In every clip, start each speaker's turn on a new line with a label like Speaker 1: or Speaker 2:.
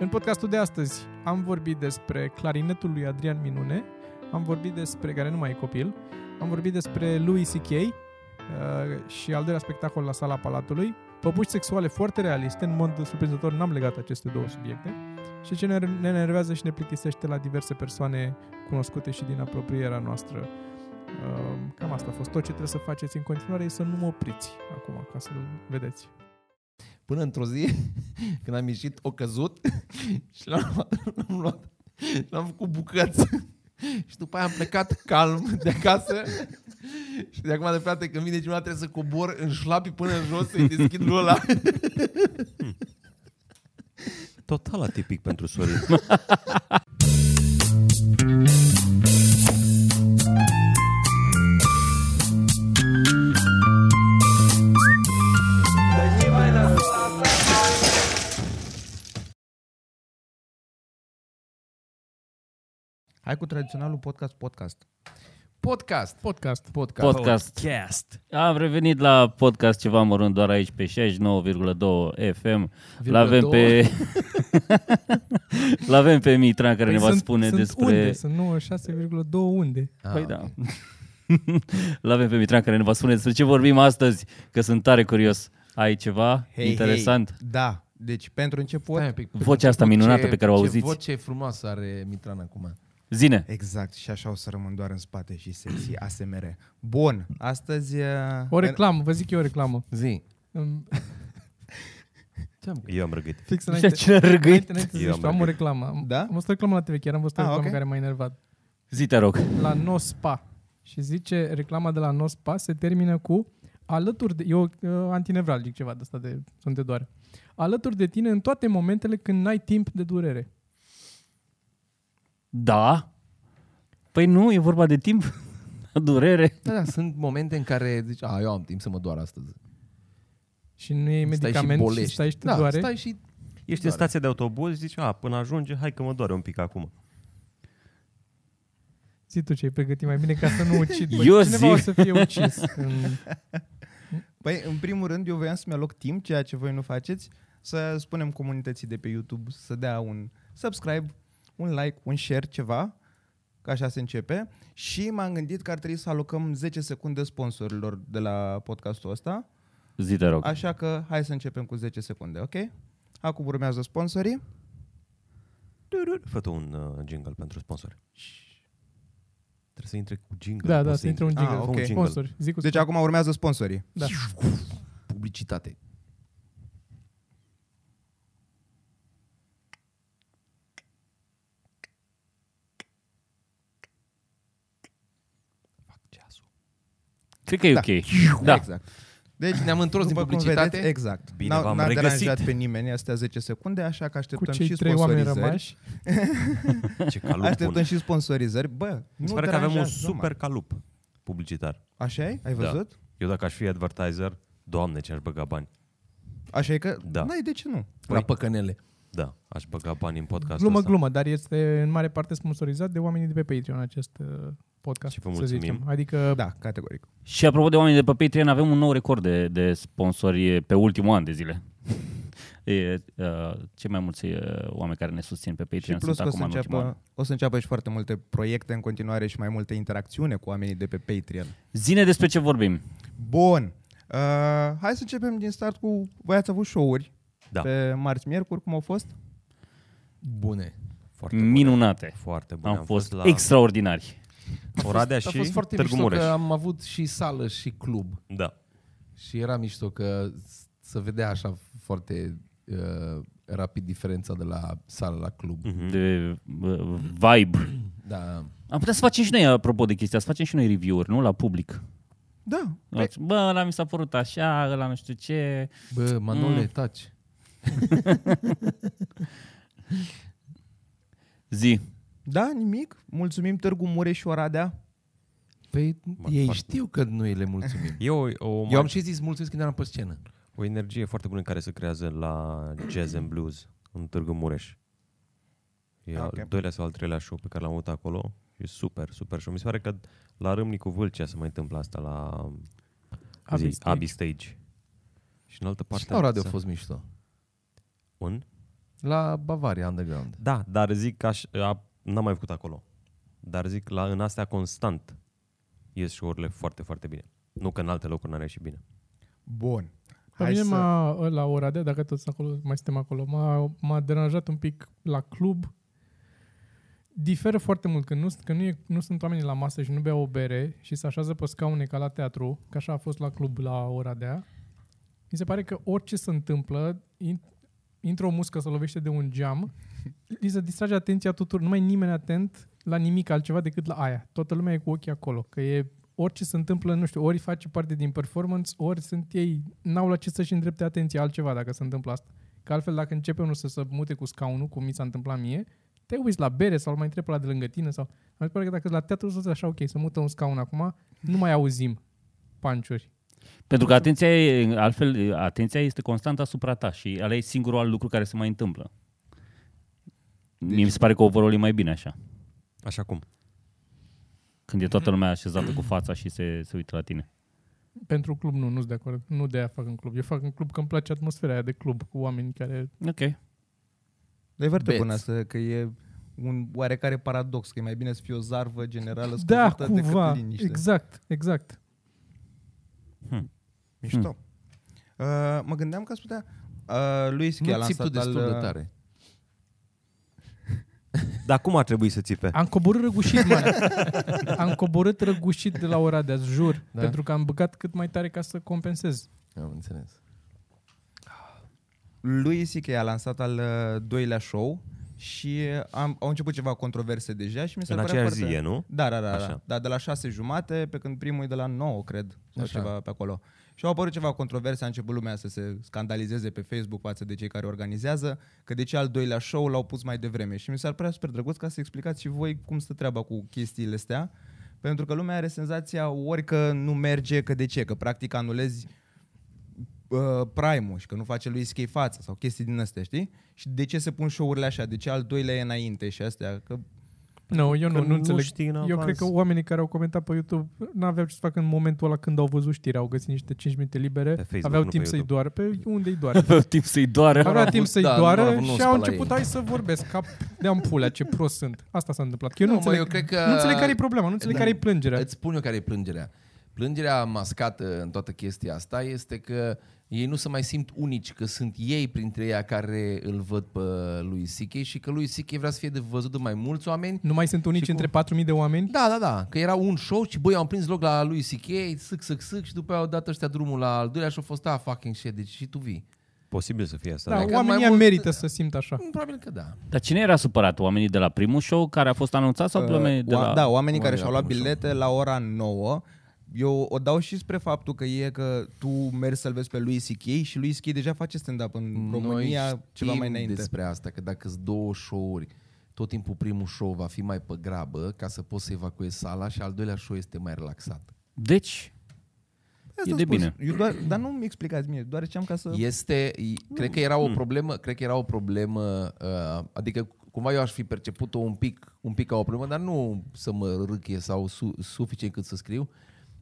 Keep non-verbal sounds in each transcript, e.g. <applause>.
Speaker 1: În podcastul de astăzi am vorbit despre clarinetul lui Adrian Minune, am vorbit despre, care nu mai e copil, am vorbit despre lui C.K. uh, și al doilea spectacol la sala Palatului, păpuși sexuale foarte realiste, în mod surprinzător n-am legat aceste două subiecte, și ce ne, ne enervează și ne plictisește la diverse persoane cunoscute și din apropierea noastră. Uh, Cam asta a fost. Tot ce trebuie să faceți în continuare e să nu mă opriți acum, ca să-l vedeți.
Speaker 2: Până într-o zi, <laughs> când am ieșit, o căzut <laughs> și l-am luat, <laughs> l-am, luat, l-am făcut bucăți. <laughs> Și după aia am plecat calm de acasă <laughs> și de acum de frate, când vine cineva, trebuie să cobor în șlapi până în jos să-i deschid lui ăla. <laughs>
Speaker 3: Total atipic <laughs> pentru Sorin.
Speaker 4: Hai cu tradiționalul podcast podcast.
Speaker 2: Podcast.
Speaker 1: Podcast.
Speaker 2: Podcast.
Speaker 5: Podcast.
Speaker 4: Cast.
Speaker 5: Am revenit la podcast ceva mărunt doar aici pe 69,2 FM. L-avem pe... <laughs> L-avem pe Mitran care ne va
Speaker 1: Păi sunt,
Speaker 5: spune
Speaker 1: sunt
Speaker 5: despre...
Speaker 1: unde, sunt 96,2 unde.
Speaker 5: Păi da. <laughs> L-avem pe Mitran care ne va spune despre ce vorbim astăzi, că sunt tare curios. Ai ceva
Speaker 4: Hei,
Speaker 5: interesant?
Speaker 4: Hei. Da. Deci, pentru început...
Speaker 2: Stai un pic.
Speaker 5: Vocea asta minunată pe care o
Speaker 2: Ce
Speaker 5: auziți.
Speaker 2: voce frumoasă are Mitran acum.
Speaker 5: Zine!
Speaker 4: Exact, și așa o să rămân doar în spate și sexy ASMR. Bun, astăzi... uh,
Speaker 1: O reclamă, vă zic eu o reclamă.
Speaker 2: Zi.
Speaker 1: Îmi-
Speaker 3: Eu am răgăit.
Speaker 1: Fix
Speaker 5: Nu știu
Speaker 1: înainte.
Speaker 5: Deci cine a
Speaker 1: Înainte,
Speaker 5: râgâit.
Speaker 1: înainte să zici
Speaker 3: Eu am
Speaker 1: tu, am o
Speaker 3: răgăit.
Speaker 1: reclamă. Am-
Speaker 4: Da?
Speaker 1: Am văzut o reclamă la TV, chiar am văzut o
Speaker 4: Ah,
Speaker 1: reclamă
Speaker 4: ok.
Speaker 1: care m-a enervat.
Speaker 5: Zi, te rog.
Speaker 1: La No Spa. Și zice, reclama de la No Spa se termină cu alături de... Eu, antinevralgic ceva de asta de sunt de doare. Alături de tine în toate momentele când n-ai timp de durere.
Speaker 5: Da? Păi nu, e vorba de timp. <laughs> Durere.
Speaker 2: Da, da, sunt momente în care zici, a, eu am timp să mă doar astăzi.
Speaker 1: Și nu e
Speaker 2: stai și
Speaker 1: medicament stai și,
Speaker 2: bolești.
Speaker 1: stai și te
Speaker 2: da,
Speaker 1: doare.
Speaker 2: stai și...
Speaker 3: Ești în stație de autobuz, zici, a, până ajunge, hai că mă doare un pic acum.
Speaker 1: Zi tu ce ai pregătit mai bine ca să nu ucid. Băi,
Speaker 5: Eu
Speaker 1: cineva o
Speaker 5: zic.
Speaker 1: să fie ucis. În...
Speaker 4: Păi, în primul rând, eu voiam să-mi aloc timp, ceea ce voi nu faceți, să spunem comunității de pe YouTube să dea un subscribe, un like, un share, ceva, că așa se începe. Și m-am gândit că ar trebui să alocăm 10 secunde sponsorilor de la podcastul ăsta.
Speaker 5: Zi, te rog.
Speaker 4: Așa că hai să începem cu 10 secunde, ok? Acum urmează sponsorii.
Speaker 3: Fă tu un uh, jingle pentru sponsor. Trebuie să intre cu jingle.
Speaker 1: Da,
Speaker 3: poți
Speaker 1: da,
Speaker 3: să
Speaker 1: să intre un
Speaker 4: Ah,
Speaker 1: jingle.
Speaker 4: ok.
Speaker 3: Fă un jingle.
Speaker 1: Sponsori. Zic cu
Speaker 4: Deci acum urmează sponsorii.
Speaker 1: Da.
Speaker 2: Publicitate. Fac ceasul.
Speaker 5: Cred că e
Speaker 4: Da.
Speaker 5: ok. Da.
Speaker 2: Exact. Deci ne-am întors din
Speaker 4: După cum
Speaker 2: publicitate.
Speaker 4: vedeți, exact.
Speaker 3: Bine
Speaker 4: N-au-
Speaker 3: v-am
Speaker 4: N-a
Speaker 3: regăsit.
Speaker 4: deranjat pe nimeni astea 10 secunde, așa că
Speaker 1: cu
Speaker 4: așteptăm
Speaker 1: cei
Speaker 4: și
Speaker 1: trei oameni
Speaker 4: sponsorizări.
Speaker 1: rămași.
Speaker 3: Ce calup bun.
Speaker 4: Așteptăm și sponsorizări. Bă,
Speaker 3: Mi se
Speaker 4: nu
Speaker 3: pare că avem un
Speaker 4: deranjează,
Speaker 3: super
Speaker 4: mă.
Speaker 3: calup publicitar.
Speaker 4: Așa e? Ai
Speaker 3: Da.
Speaker 4: văzut?
Speaker 3: Eu dacă aș fi advertiser, doamne ce aș băga bani.
Speaker 4: Așa e că,
Speaker 3: Da.
Speaker 4: da. n-ai de ce nu?
Speaker 2: La păcănele.
Speaker 3: Da, aș băga bani în podcastul
Speaker 1: Glumă,
Speaker 3: ăsta.
Speaker 1: glumă, dar este în mare parte sponsorizat de oamenii de pe Patreon acest uh, podcast,
Speaker 3: Și vă
Speaker 1: să
Speaker 3: mulțumim.
Speaker 1: zicem. Adică
Speaker 4: Da, categoric.
Speaker 5: Și apropo de oameni de pe Patreon, avem un nou record de, de sponsori pe ultimul an de zile. <laughs> E, uh, cei mai mulți uh, oameni care ne susțin pe
Speaker 4: Și
Speaker 5: Patreon
Speaker 4: plus
Speaker 5: sunt
Speaker 4: că o
Speaker 5: acum
Speaker 4: să,
Speaker 5: în ultimul an.
Speaker 4: înceapă, o să înceapă și foarte multe proiecte în continuare și mai multe interacțiune cu oamenii de pe Patreon.
Speaker 5: Zine despre ce vorbim.
Speaker 4: Bun. Uh, hai să începem din start cu... Voi ați avut show-uri
Speaker 3: Da.
Speaker 4: pe marți, miercuri, cum au fost?
Speaker 2: Bune.
Speaker 3: Foarte bune.
Speaker 5: Minunate.
Speaker 3: Foarte bune.
Speaker 5: Am, fost, extraordinari.
Speaker 3: Oradea
Speaker 2: a
Speaker 3: și
Speaker 2: fost foarte
Speaker 3: Târgu
Speaker 2: mișto
Speaker 3: Mureș.
Speaker 2: că am avut și sală și club.
Speaker 3: Da.
Speaker 2: Și era mișto că s- să vedea așa foarte uh, rapid diferența de la sală la club.
Speaker 3: Mhm.
Speaker 5: De uh, vibe.
Speaker 2: Da.
Speaker 5: Am putea să facem și noi, apropo de chestia, să facem și noi review-uri, nu? La public.
Speaker 4: Da.
Speaker 5: Bă, ăla mi s-a părut așa, ăla nu știu ce.
Speaker 2: Bă, Manole, mm. taci.
Speaker 5: Zi.
Speaker 4: Da, nimic. Mulțumim Târgu Mureș și Oradea.
Speaker 2: Păi ei
Speaker 3: fac-
Speaker 2: știu că noi le
Speaker 3: <laughs>
Speaker 2: mulțumim.
Speaker 3: E o, o,
Speaker 2: Eu am și zis mulțumesc când eram pe scenă.
Speaker 3: o energie foarte bună care se creează la jazz and blues în Târgu Mureș. E
Speaker 4: Ah,
Speaker 3: al
Speaker 4: ok.
Speaker 3: doilea sau al treilea show pe care l-am avut acolo. E super, super show. Mi se pare că la Râmnic cu Vâlcea se mai întâmplă asta la
Speaker 1: Abbey
Speaker 3: zi,
Speaker 1: Stage.
Speaker 3: Abbey Stage. Și în altă parte...
Speaker 2: și la radio a
Speaker 3: să-
Speaker 2: fost mișto.
Speaker 3: Un?
Speaker 2: La Bavaria Underground.
Speaker 3: Da, dar zic că aș, a, n-am mai făcut acolo. Dar zic la în astea constant ies show-urile foarte, foarte bine. Nu că în alte locuri n-ar ieși bine.
Speaker 4: Bun.
Speaker 1: Pe
Speaker 4: Hai
Speaker 1: mine
Speaker 4: să-
Speaker 1: m-a, la Oradea, dacă toți acolo, mai suntem acolo, m-a, m-a deranjat un pic la club. Diferă foarte mult când nu, când nu, e, nu sunt oamenii la masă și nu beau o bere și se așează pe scaune ca la teatru, că așa a fost la club la Oradea. Mi se pare că orice se întâmplă, in, intră o muscă, se lovește de un geam, li se distrage atenția tuturor, nu mai e nimeni atent la nimic altceva decât la aia. Toată lumea e cu ochii acolo, că e orice se întâmplă, nu știu, ori face parte din performance, ori sunt ei, n-au la ce să-și îndrepte atenția altceva dacă se întâmplă asta. Că altfel, dacă începe unul să se mute cu scaunul, cum mi s-a întâmplat mie, te uiți la bere sau îl mai întrebi la de lângă tine sau... Am pare că dacă la teatru sunt așa, ok, să mută un scaun acum, nu mai auzim panciuri.
Speaker 5: Pentru că atenția e, altfel, atenția este constantă asupra ta și ăla e singurul alt lucru care se mai întâmplă.
Speaker 4: Deci-
Speaker 5: Mie mi se pare că overall e mai bine așa.
Speaker 3: Așa cum.
Speaker 5: Când e toată lumea așezată cu fața și se, se uită la tine.
Speaker 1: Pentru club nu, nu sunt de acord. Nu de aia fac în club. Eu fac în club că îmi place atmosfera aia de club cu oameni care...
Speaker 5: Ok.
Speaker 4: Dar e foarte
Speaker 2: Beți.
Speaker 4: bun asta, că e un oarecare paradox, că e mai bine să fii o zarvă generală
Speaker 1: Da,
Speaker 4: scăzută
Speaker 1: cumva.
Speaker 4: decât liniște.
Speaker 1: Exact, exact.
Speaker 2: Hmm.
Speaker 4: Mișto. Uh, mă gândeam că ați putea... Uh, lui Schi a
Speaker 2: Nu ții tu
Speaker 4: lansat al...
Speaker 2: destul de tare.
Speaker 3: Dar cum ar trebui să țipe?
Speaker 1: Am coborât răgușit, man. Am coborât răgușit de la Oradea, îți jur.
Speaker 2: Da?
Speaker 1: Da? Pentru că am băgat cât mai tare ca să compensez.
Speaker 2: Am înțeles.
Speaker 4: Lui C.K. a lansat al uh, doilea show și uh, am, au început ceva controverse deja și mi se
Speaker 3: În
Speaker 4: pare
Speaker 3: aceeași
Speaker 4: foarte...
Speaker 3: zi e, nu?
Speaker 4: Da, da, da, da,
Speaker 3: Așa.
Speaker 4: da, de la șase jumate, pe când primul e de la 9, cred, sau
Speaker 2: Așa.
Speaker 4: Așa. ceva pe acolo. Și au apărut ceva controverse, a început lumea să se scandalizeze pe Facebook față de cei care organizează, că de ce al doilea show l-au pus mai devreme. Și mi s-ar părea super drăguț ca să explicați și voi cum stă treaba cu chestiile astea, pentru că lumea are senzația ori că nu merge, că de ce, că practic anulezi uh, prime și că nu face lui Skei față sau chestii din astea, știi? Și de ce se pun show-urile așa, de ce al doilea e înainte și astea, că
Speaker 1: No, eu
Speaker 3: Că
Speaker 1: nu, nu,
Speaker 3: nu
Speaker 1: înțeleg.
Speaker 3: știi în
Speaker 1: eu
Speaker 3: avans.
Speaker 1: cred că oamenii care au comentat pe YouTube n-aveau ce să facă în momentul ăla când au văzut știrea, au găsit niște 5 minute libere,
Speaker 3: Facebook,
Speaker 1: aveau
Speaker 3: nu pe
Speaker 1: timp să-i
Speaker 3: YouTube.
Speaker 1: doară, pe unde îi
Speaker 2: <laughs>
Speaker 1: doare.
Speaker 5: Aveau <laughs> timp să-i doară.
Speaker 1: Aveau
Speaker 2: avut-
Speaker 1: timp să-i
Speaker 2: da, nu au
Speaker 1: doară
Speaker 2: avut
Speaker 1: și
Speaker 2: nuspa
Speaker 1: au
Speaker 2: la
Speaker 1: început,
Speaker 2: ei.
Speaker 1: hai să vorbesc, cap de ampulea, ce prost sunt. Asta s-a întâmplat. Că Eu nu,
Speaker 2: Nu, mă,
Speaker 1: înțeleg,
Speaker 2: eu cred că-
Speaker 1: nu înțeleg care e problema, nu înțeleg
Speaker 2: Da.
Speaker 1: care e plângerea.
Speaker 2: Îți spun eu care e plângerea. Plângerea mascată în toată chestia asta este că ei nu se mai simt unici, că sunt ei printre ei care îl văd pe lui C.K. și că lui C.K. vrea să fie de văzut de mai mulți oameni.
Speaker 1: Nu mai sunt unici
Speaker 2: Și
Speaker 1: între 4.000 de oameni?
Speaker 2: Da, da, da, că era un show și băi, eu am prins loc la lui C.K. sâc, sâc, sâc și după aia au dat ăștia drumul la al doilea și au fost, a, fucking shit, deci și tu vii.
Speaker 3: Posibil să fie asta.
Speaker 1: Da,
Speaker 3: Da.
Speaker 2: mai
Speaker 1: oamenii
Speaker 2: mult-
Speaker 1: merită să simt așa.
Speaker 2: Probabil că da.
Speaker 5: Dar cine era supărat? Oamenii de la primul show care a fost anunțat sau oamenii de
Speaker 4: oa-
Speaker 5: la...
Speaker 4: Da, oamenii care
Speaker 2: Oamenii
Speaker 4: și-au
Speaker 2: la
Speaker 4: luat
Speaker 2: primul
Speaker 4: bilete la ora 9. Eu o dau și spre faptul că e că tu mergi să-l vezi pe lui C.K. și lui C.K. deja face stand-up în România
Speaker 2: Noi
Speaker 4: ceva mai
Speaker 2: știm
Speaker 4: înainte.
Speaker 2: despre asta, că dacă sunt două show-uri, tot timpul primul show va fi mai pe grabă ca să poți să evacuezi sala și al doilea show este mai relaxat.
Speaker 5: Deci,
Speaker 4: Asta
Speaker 5: E
Speaker 4: am
Speaker 5: de
Speaker 4: spus.
Speaker 5: bine.
Speaker 4: Eu doar, dar nu-mi explicați mie, doar ce am ca să...
Speaker 2: Este, i- cred că era o problemă, cred că era o problemă, uh, adică cumva eu aș fi perceput-o un pic, un pic ca o problemă, dar nu să mă râchie sau su, suficient cât să scriu.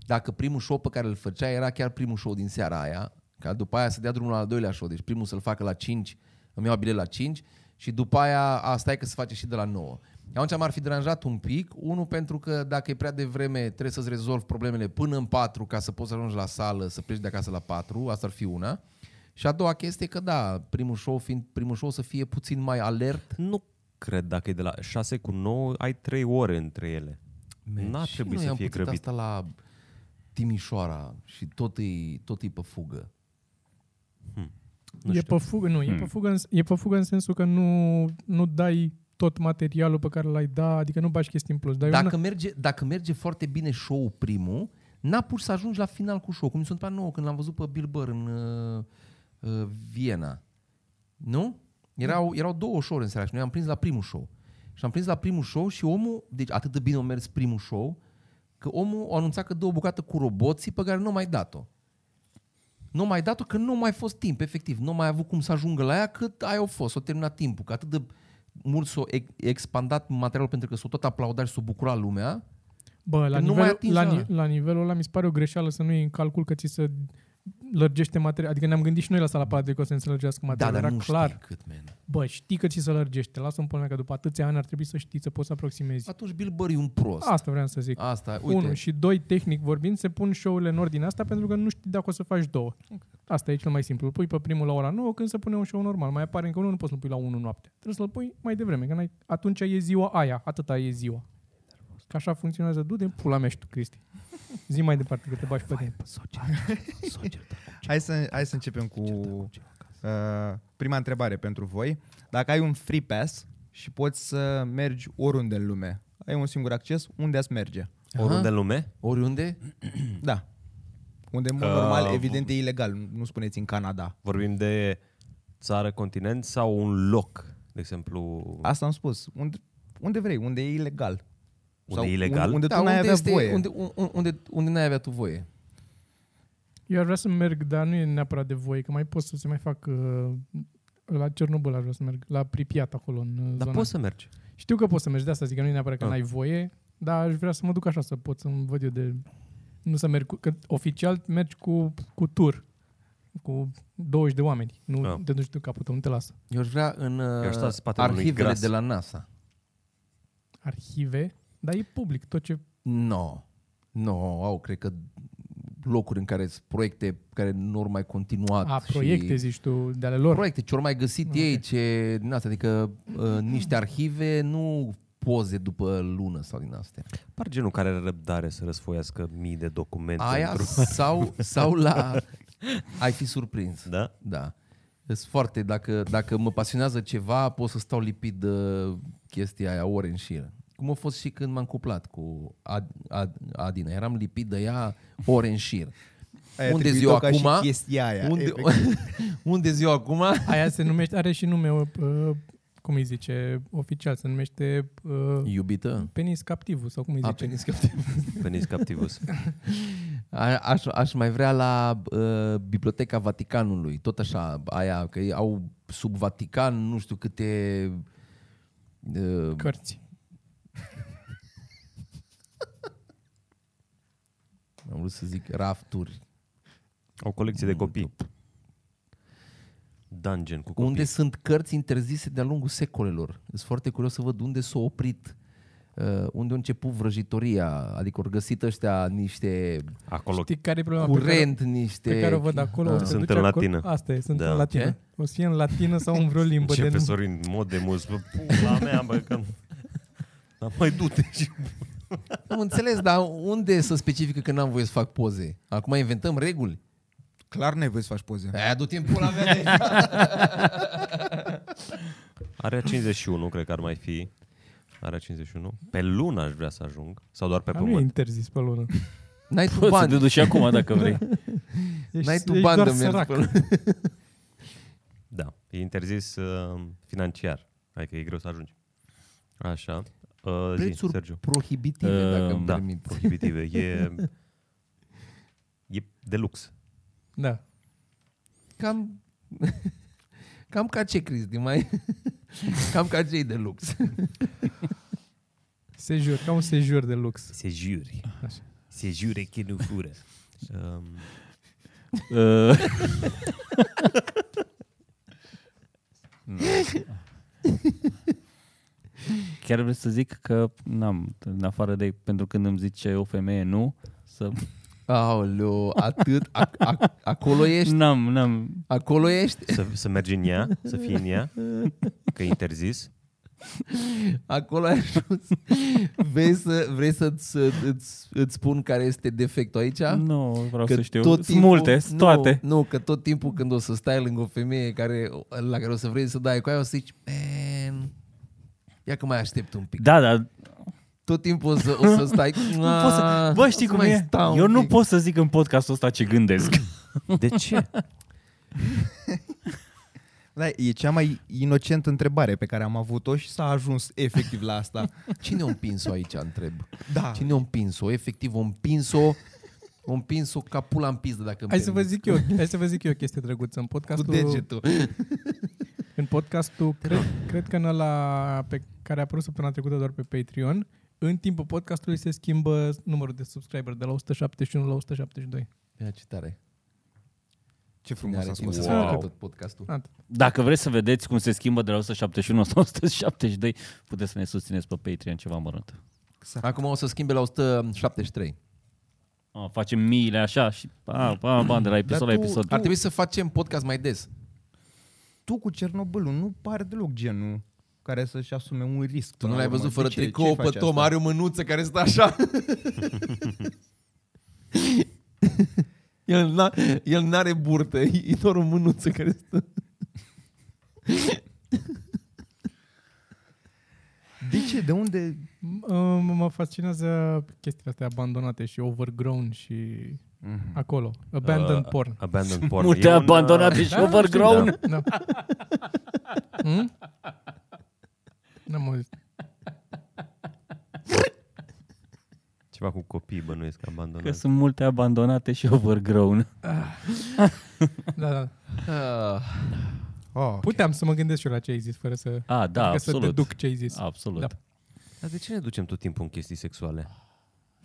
Speaker 2: Dacă primul show pe care îl făcea era chiar primul show din seara aia, ca după aia să dea drumul la al doilea show, deci primul să-l facă la 5, îmi iau bilet la 5 și după aia asta e că se face și de la 9. Atunci m-ar fi deranjat un pic, unul pentru că dacă e prea devreme trebuie să-ți rezolvi problemele până în 4 ca să poți să ajungi la sală, să pleci de acasă la 4, asta ar fi una. Și a doua chestie e că da, primul show fiind primul show să fie puțin mai alert.
Speaker 3: Nu cred dacă e de la 6 cu 9, ai 3 ore între ele. N-ar
Speaker 2: Și
Speaker 3: trebui
Speaker 2: Deci noi
Speaker 3: să
Speaker 2: am
Speaker 3: fie
Speaker 2: pățit
Speaker 3: grăbit.
Speaker 2: asta la Timișoara și tot e, tot e pe fugă.
Speaker 3: Nu
Speaker 1: e
Speaker 3: știu. Hmm.
Speaker 1: pe fugă, nu, e, pe fugă în, e pe fugă în sensul că nu, nu dai tot materialul pe care l-ai da, adică nu bași chestii în plus. Dai
Speaker 2: Dacă
Speaker 1: una,
Speaker 2: merge, dacă merge foarte bine show primul, n-a pur să ajungi la final cu show, cum mi s-a întâmplat nouă când l-am văzut pe Bill Burr în uh, uh, Viena. Nu? Erau, erau două show în seara și noi am prins la primul show. Și am prins la primul show și omul, deci atât de bine a mers primul show, că omul a anunțat că dă o bucată cu roboții pe care nu a mai dat-o. Nu a mai dat-o că nu a mai fost timp, efectiv. Nu a mai avut cum să ajungă la ea cât aia au fost. S-a terminat timpul, că atât de mult s-a ex- expandat materialul pentru că s-a tot aplaudat și s-a bucurat lumea.
Speaker 1: bă, la,
Speaker 2: nu mai
Speaker 1: nivel,
Speaker 2: atingi
Speaker 1: la,
Speaker 2: ala.
Speaker 1: ni- la nivelul ăla mi se pare o greșeală să nu iei în calcul că ți se lărgește material. Adică ne-am gândit și noi la sala palatului că o să ne se lărgească
Speaker 2: Da,
Speaker 1: material.
Speaker 2: dar
Speaker 1: Era
Speaker 2: nu
Speaker 1: clar.
Speaker 2: știi cât, man.
Speaker 1: Bă, știi că ți se lărgește. Lasă-mi până că după atâția ani ar trebui să știi, să poți să aproximezi.
Speaker 2: Atunci Bill Burr e un prost.
Speaker 1: Asta vreau să zic.
Speaker 2: Asta, uite.
Speaker 1: Uite. Unu și doi, tehnic vorbind, se pun show-urile în ordine asta pentru că nu știi dacă o să faci două.
Speaker 3: Exact.
Speaker 1: Asta e cel mai simplu. Îl pui pe primul la ora 9 când se pune un show normal. Mai apare încă unul, nu poți să-l pui la 1 noapte. Trebuie să-l pui mai devreme, că n-ai- atunci e ziua aia, atâta e ziua. Că așa funcționează. Du-te în pula mea și tu, Cristi. Zi mai departe că te bași pe tine.
Speaker 2: <laughs> da.
Speaker 4: Hai să, hai să începem cu uh, prima întrebare pentru voi. Dacă ai un free pass și poți să mergi oriunde în lume, ai un singur acces, unde ați merge?
Speaker 3: Oriunde în lume?
Speaker 2: Oriunde?
Speaker 4: Da. Unde, în mod
Speaker 3: Uh,
Speaker 4: normal, evident, e ilegal. Nu spuneți în Canada.
Speaker 3: Vorbim de țară, continent sau un loc, de exemplu.
Speaker 4: Asta am spus. Unde, unde vrei, unde e ilegal.
Speaker 3: Unde e ilegal?
Speaker 4: Unde, unde tu n-ai avea
Speaker 2: este,
Speaker 4: voie.
Speaker 2: Da, Unde, un- un- unde, unde n-ai avea tu voie?
Speaker 1: Eu ar vrea să merg, dar nu e neapărat de voi, că mai pot să se mai fac... Uh, la Cernobâl ar vrea să merg, la Pripiat acolo în uh,
Speaker 3: Dar
Speaker 1: zona.
Speaker 3: poți să mergi.
Speaker 1: Știu că poți să mergi de asta, zic că nu e neapărat că
Speaker 3: Ah.
Speaker 1: n-ai voie, dar aș vrea să mă duc așa, să pot să-mi văd eu de... Nu să merg cu... Că oficial mergi cu, cu tur, cu 20 de oameni. Nu
Speaker 3: Ah.
Speaker 1: te duci tu capul tău, nu te lasă.
Speaker 2: Eu aș vrea în uh,
Speaker 3: aș sta în spatele unui
Speaker 2: arhivele
Speaker 3: gras.
Speaker 2: de la NASA.
Speaker 1: Arhive, dar e public tot ce...
Speaker 2: No. No, au, cred că locuri în care sunt proiecte care nu au mai continuat.
Speaker 1: A, proiecte,
Speaker 2: Ah, și...
Speaker 1: zici tu, de ale lor.
Speaker 2: Proiecte, ce au mai găsit okay. ei, ce din astea, adică uh,
Speaker 4: <clears throat>
Speaker 2: niște arhive, nu poze după lună sau din astea.
Speaker 3: Par genul care are răbdare să răsfoiască mii de documente.
Speaker 2: Aia
Speaker 3: într-un-
Speaker 2: sau, sau la... Ai fi surprins.
Speaker 3: Da?
Speaker 2: Da. Sunt foarte, dacă, dacă mă pasionează ceva, pot să stau lipit de chestia aia ore în șir. Cum a fost și când m-am cuplat cu Ad, Ad, Adina. Eram lipit de ea ore în șir.
Speaker 4: Ai
Speaker 2: Unde
Speaker 4: atribuit-o
Speaker 2: ziua
Speaker 4: ca și
Speaker 2: acum?
Speaker 4: chestia aia,
Speaker 2: unde, <laughs> unde ziua acum?
Speaker 1: Aia se numește, are și nume, uh, cum îi zice, oficial, se numește uh,
Speaker 2: Iubită?
Speaker 1: penis captivul, sau cum îi
Speaker 2: A,
Speaker 1: zice.
Speaker 2: penis captiv.
Speaker 3: Penis captivus.
Speaker 2: A- aș, aș mai vrea la uh, Biblioteca Vaticanului, tot așa, aia, că ei au sub Vatican nu știu câte... Uh,
Speaker 1: Cărți.
Speaker 2: am vrut să zic rafturi.
Speaker 3: O colecție de copii. Dungeon cu copii.
Speaker 2: Unde sunt cărți interzise de-a lungul secolelor. Sunt foarte curios să văd unde s-a oprit, uh, unde a început vrăjitoria, adică au găsit ăștia niște
Speaker 3: Acolo
Speaker 1: Știi care e problema? pe care-
Speaker 2: curent, niște...
Speaker 1: pe care o văd acolo.
Speaker 2: Ah.
Speaker 1: o să te
Speaker 3: Sunt
Speaker 1: duci
Speaker 3: în
Speaker 1: acolo-
Speaker 3: latină.
Speaker 1: Asta e, sunt
Speaker 3: Da.
Speaker 1: în latină.
Speaker 2: Ce?
Speaker 1: O să fie în latină sau în vreo limbă. de
Speaker 3: Începe
Speaker 1: nu-
Speaker 3: Sorin, mod de mus, bă, pula mea, bă, că... Dar mai du-te și...
Speaker 2: Am înțeles, dar unde să specifică că n-am voie să fac poze? Acum inventăm reguli? Păi,
Speaker 4: Clar n-ai voie să faci poze.
Speaker 2: Aia du timpul la
Speaker 1: <laughs>
Speaker 2: mea de
Speaker 3: Are 51, cred că ar mai fi. Are 51. Pe lună aș vrea să ajung. Sau doar pe
Speaker 1: Dar nu e
Speaker 3: pământ.
Speaker 1: interzis pe lună.
Speaker 2: N-ai tu
Speaker 5: Poți să
Speaker 2: bani.
Speaker 5: te duci și acum dacă vrei.
Speaker 1: Ești,
Speaker 2: N-ai tu
Speaker 1: ești
Speaker 2: bani
Speaker 1: doar
Speaker 2: de mers
Speaker 1: sărac.
Speaker 2: până...
Speaker 3: Da. E interzis uh, financiar. Adică e greu să ajungi. Așa. Uh, zi,
Speaker 2: Prețuri
Speaker 3: Sergiu.
Speaker 2: <laughs> prohibitive,
Speaker 5: Uh,
Speaker 2: dacă îmi
Speaker 3: da,
Speaker 2: permit.
Speaker 3: prohibitive. E, e de lux.
Speaker 1: Da.
Speaker 2: Cam... <laughs> Cam ca ce, Cristi, mai... <laughs> Cam ca cei de lux. <laughs>
Speaker 1: Sejur, ca un sejur de lux.
Speaker 3: Se juri. Se jure că nu fură. Um,
Speaker 5: Uh, Chiar vreau să zic că n-am, în afară de pentru când îmi zice o femeie nu, să
Speaker 2: Aoleu, atât? A, a, acolo ești?
Speaker 5: n-am, n-am,
Speaker 2: Acolo ești?
Speaker 3: să, să mergi în ea, să fii în ea, că e interzis.
Speaker 2: Acolo ai ajuns? <laughs> Vrei să, vrei să îți, îți, îți spun care este defectul aici?
Speaker 5: nu vreau să știu. Sunt multe, sunt
Speaker 2: nu,
Speaker 5: toate.
Speaker 2: Nu, că tot timpul când o să stai lângă o femeie care, la care o să vrei să dai cu aia, o să zici, man, ia că mai aștept un pic.
Speaker 5: Da, da,
Speaker 2: Tot timpul o să, o să stai,
Speaker 5: <laughs>
Speaker 2: Ah,
Speaker 5: Nu pot să, bă, știi
Speaker 2: să
Speaker 5: cum
Speaker 2: mai
Speaker 5: e?
Speaker 2: stau un
Speaker 5: Eu nu
Speaker 2: pic."
Speaker 5: pot să zic în podcastul ăsta ce gândesc. <clears throat>
Speaker 3: De ce?
Speaker 4: Da, e cea mai inocentă întrebare pe care am avut-o și s-a ajuns efectiv la asta.
Speaker 2: Cine a împins-o aici, întreb?
Speaker 4: Da.
Speaker 2: Cine a împins-o? Efectiv, a împins-o, a împins-o ca pula în pizdă, dacă îmi
Speaker 1: Hai să vă
Speaker 2: permiți.
Speaker 1: zic eu, hai să vă zic eu o chestie drăguță. În
Speaker 2: cu
Speaker 1: podcastul,
Speaker 2: degetul.
Speaker 1: <laughs> în podcastul cred, cred că în ăla pe care a apărut săptămâna trecută doar pe Patreon, în timpul podcastului se schimbă numărul de subscriber de la 171 la 172.
Speaker 2: Ia ce tare.
Speaker 4: Ce frumos a scos.
Speaker 2: timp să
Speaker 5: Wow.
Speaker 2: facă tot podcastul.
Speaker 1: Atât.
Speaker 5: Dacă vreți să vedeți cum se schimbă de la 171 la 172, puteți să ne susțineți pe Patreon ceva mărunt.
Speaker 2: Acum o să schimbe la 173.
Speaker 4: Deci
Speaker 5: A, facem miile așa și pa, pa, pa, de la episod la
Speaker 4: tu-
Speaker 5: episod.
Speaker 2: Ar trebui să facem podcast mai des.
Speaker 4: Tu cu Cernobâlul nu pare deloc genul care să-și asume un risc.
Speaker 2: Tu
Speaker 4: până
Speaker 2: nu
Speaker 4: la
Speaker 2: l-ai
Speaker 4: urmă.
Speaker 2: văzut fără
Speaker 4: Da, De ce? Ce-i
Speaker 2: tricou
Speaker 4: face
Speaker 2: pe Tom,
Speaker 4: asta?
Speaker 2: are o mânuță care stă
Speaker 5: <laughs>
Speaker 2: așa. <laughs> el, n-a, el n-are burtă, e doar o mânuță care stă.
Speaker 4: De ce? De unde?
Speaker 1: M- Mă fascinează chestiile astea abandonate și overgrown și
Speaker 2: Mhm.
Speaker 1: acolo. Abandoned
Speaker 3: Uh,
Speaker 1: porn.
Speaker 3: Abandoned porn.
Speaker 5: Multe
Speaker 3: E un,
Speaker 5: abandonate
Speaker 3: uh,
Speaker 5: și overgrown.
Speaker 1: Da. Hmm? N-am auzit.
Speaker 3: Ceva cu copii bănuiesc
Speaker 5: Că
Speaker 3: abandonat.
Speaker 5: sunt multe abandonate și overgrown.
Speaker 1: Da, da.
Speaker 2: Ah,
Speaker 4: Oh,
Speaker 1: Puteam să mă gândesc și eu la ce ai zis, fără să,
Speaker 5: A, da,
Speaker 1: adică să
Speaker 5: absolut.
Speaker 1: deduc ce ai zis.
Speaker 5: Absolut.
Speaker 1: Da.
Speaker 3: Dar de ce ne ducem tot timpul în chestii sexuale?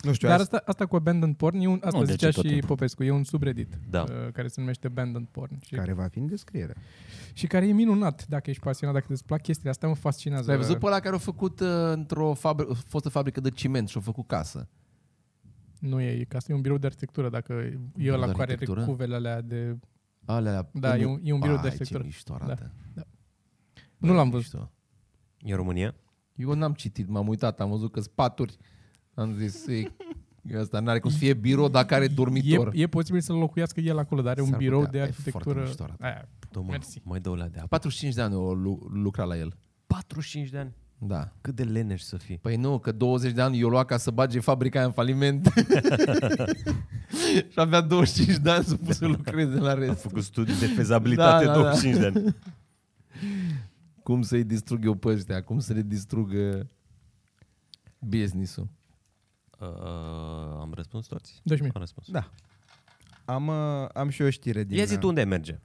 Speaker 4: nu știu,
Speaker 1: Dar
Speaker 4: asta...
Speaker 1: asta, asta cu abandoned porn, e un, asta
Speaker 5: Nu, de
Speaker 1: zicea
Speaker 5: ce tot
Speaker 1: și
Speaker 5: timpul?
Speaker 1: Popescu, e un subreddit
Speaker 3: Da.
Speaker 1: uh, care se numește abandoned porn și care?
Speaker 4: care va fi în descriere.
Speaker 1: și care e minunat dacă ești pasionat, dacă îți plac chestiile astea, mă fascinează.
Speaker 2: L-ai văzut pe ăla care a făcut uh, într-o fabri- fostă fabrică de ciment și a făcut casă.
Speaker 1: Nu e, e casă, e un birou de arhitectură, dacă e ăla
Speaker 2: de
Speaker 1: care are
Speaker 2: arhitectură?
Speaker 1: cuvele alea de...
Speaker 2: Alea,
Speaker 1: Da, e un- e un birou de arhitectură.
Speaker 2: Ce mișto arată.
Speaker 1: Nu l-am văzut.
Speaker 2: Mișto.
Speaker 3: E în România?
Speaker 2: Eu n-am citit, m-am uitat, am văzut că spaturi. Am zis, e, ăsta n-are cum să fie birou dacă are dormitor.
Speaker 1: E, e posibil să locuiască el acolo, dar are un
Speaker 2: S-ar
Speaker 1: birou
Speaker 2: putea.
Speaker 1: de
Speaker 2: E foarte
Speaker 1: arhitectură.
Speaker 2: mișto arată.
Speaker 1: Aia,
Speaker 3: Domnul,
Speaker 1: Mersi.
Speaker 3: mai dă o lea de apă.
Speaker 2: 45 de ani o lu- lucra la el.
Speaker 3: 45 de ani.
Speaker 2: Da.
Speaker 3: Cât de leneș să fii.
Speaker 2: Păi nu, că 20 de ani eu lua ca să bage fabrica aia în
Speaker 1: <laughs>
Speaker 2: faliment. și avea 25 de ani să pus să lucreze la
Speaker 3: Am
Speaker 2: rest.
Speaker 3: făcut studii de fezabilitate
Speaker 2: Da, da, da.
Speaker 3: 25 de ani.
Speaker 2: Cum să-i distrug eu pe ăștia? Cum să le distrug uh, business-ul?
Speaker 3: <laughs> Uh, am răspuns toți?
Speaker 1: Dă-și-mi.
Speaker 3: Am răspuns.
Speaker 4: Da. Am, uh, am și eu o știre din... uh,
Speaker 3: Ia zi tu unde ai merge.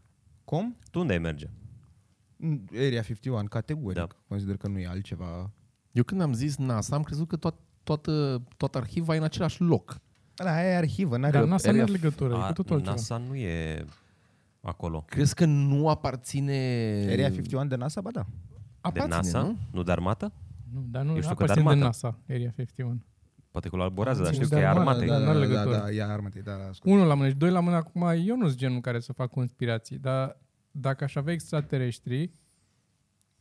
Speaker 4: Com?
Speaker 3: Tu unde ai merge?
Speaker 4: Area 51, categoric.
Speaker 3: Da.
Speaker 4: Da. Consider că nu e altceva.
Speaker 2: Eu când am zis NASA, am crezut că toat, toată, toată arhiva e în același loc.
Speaker 4: Ăla aia e arhivă, n-are...
Speaker 1: Dar NASA nu
Speaker 2: area-
Speaker 1: are legătură, e cu totul altceva.
Speaker 3: NASA nu e acolo.
Speaker 2: Crezi că nu aparține...
Speaker 4: Area 51 de NASA, ba da.
Speaker 3: De NASA?
Speaker 2: nu?
Speaker 3: Nu? nu de armată?
Speaker 1: Nu, dar nu
Speaker 3: Eu știu că
Speaker 1: aparține de
Speaker 3: de
Speaker 1: NASA, Area 51.
Speaker 3: Poate colaborează, dar
Speaker 1: Nu
Speaker 3: știu
Speaker 1: de
Speaker 3: că e
Speaker 1: armată,
Speaker 3: armată.
Speaker 1: da.
Speaker 3: Da.
Speaker 1: nu are legătură.
Speaker 4: Da, da, e armatei, da, da, scuze.
Speaker 1: Unul la mână și doi la mână. Acum, eu nu sunt genul care să fac conspirații, dar dacă aș avea extraterestri,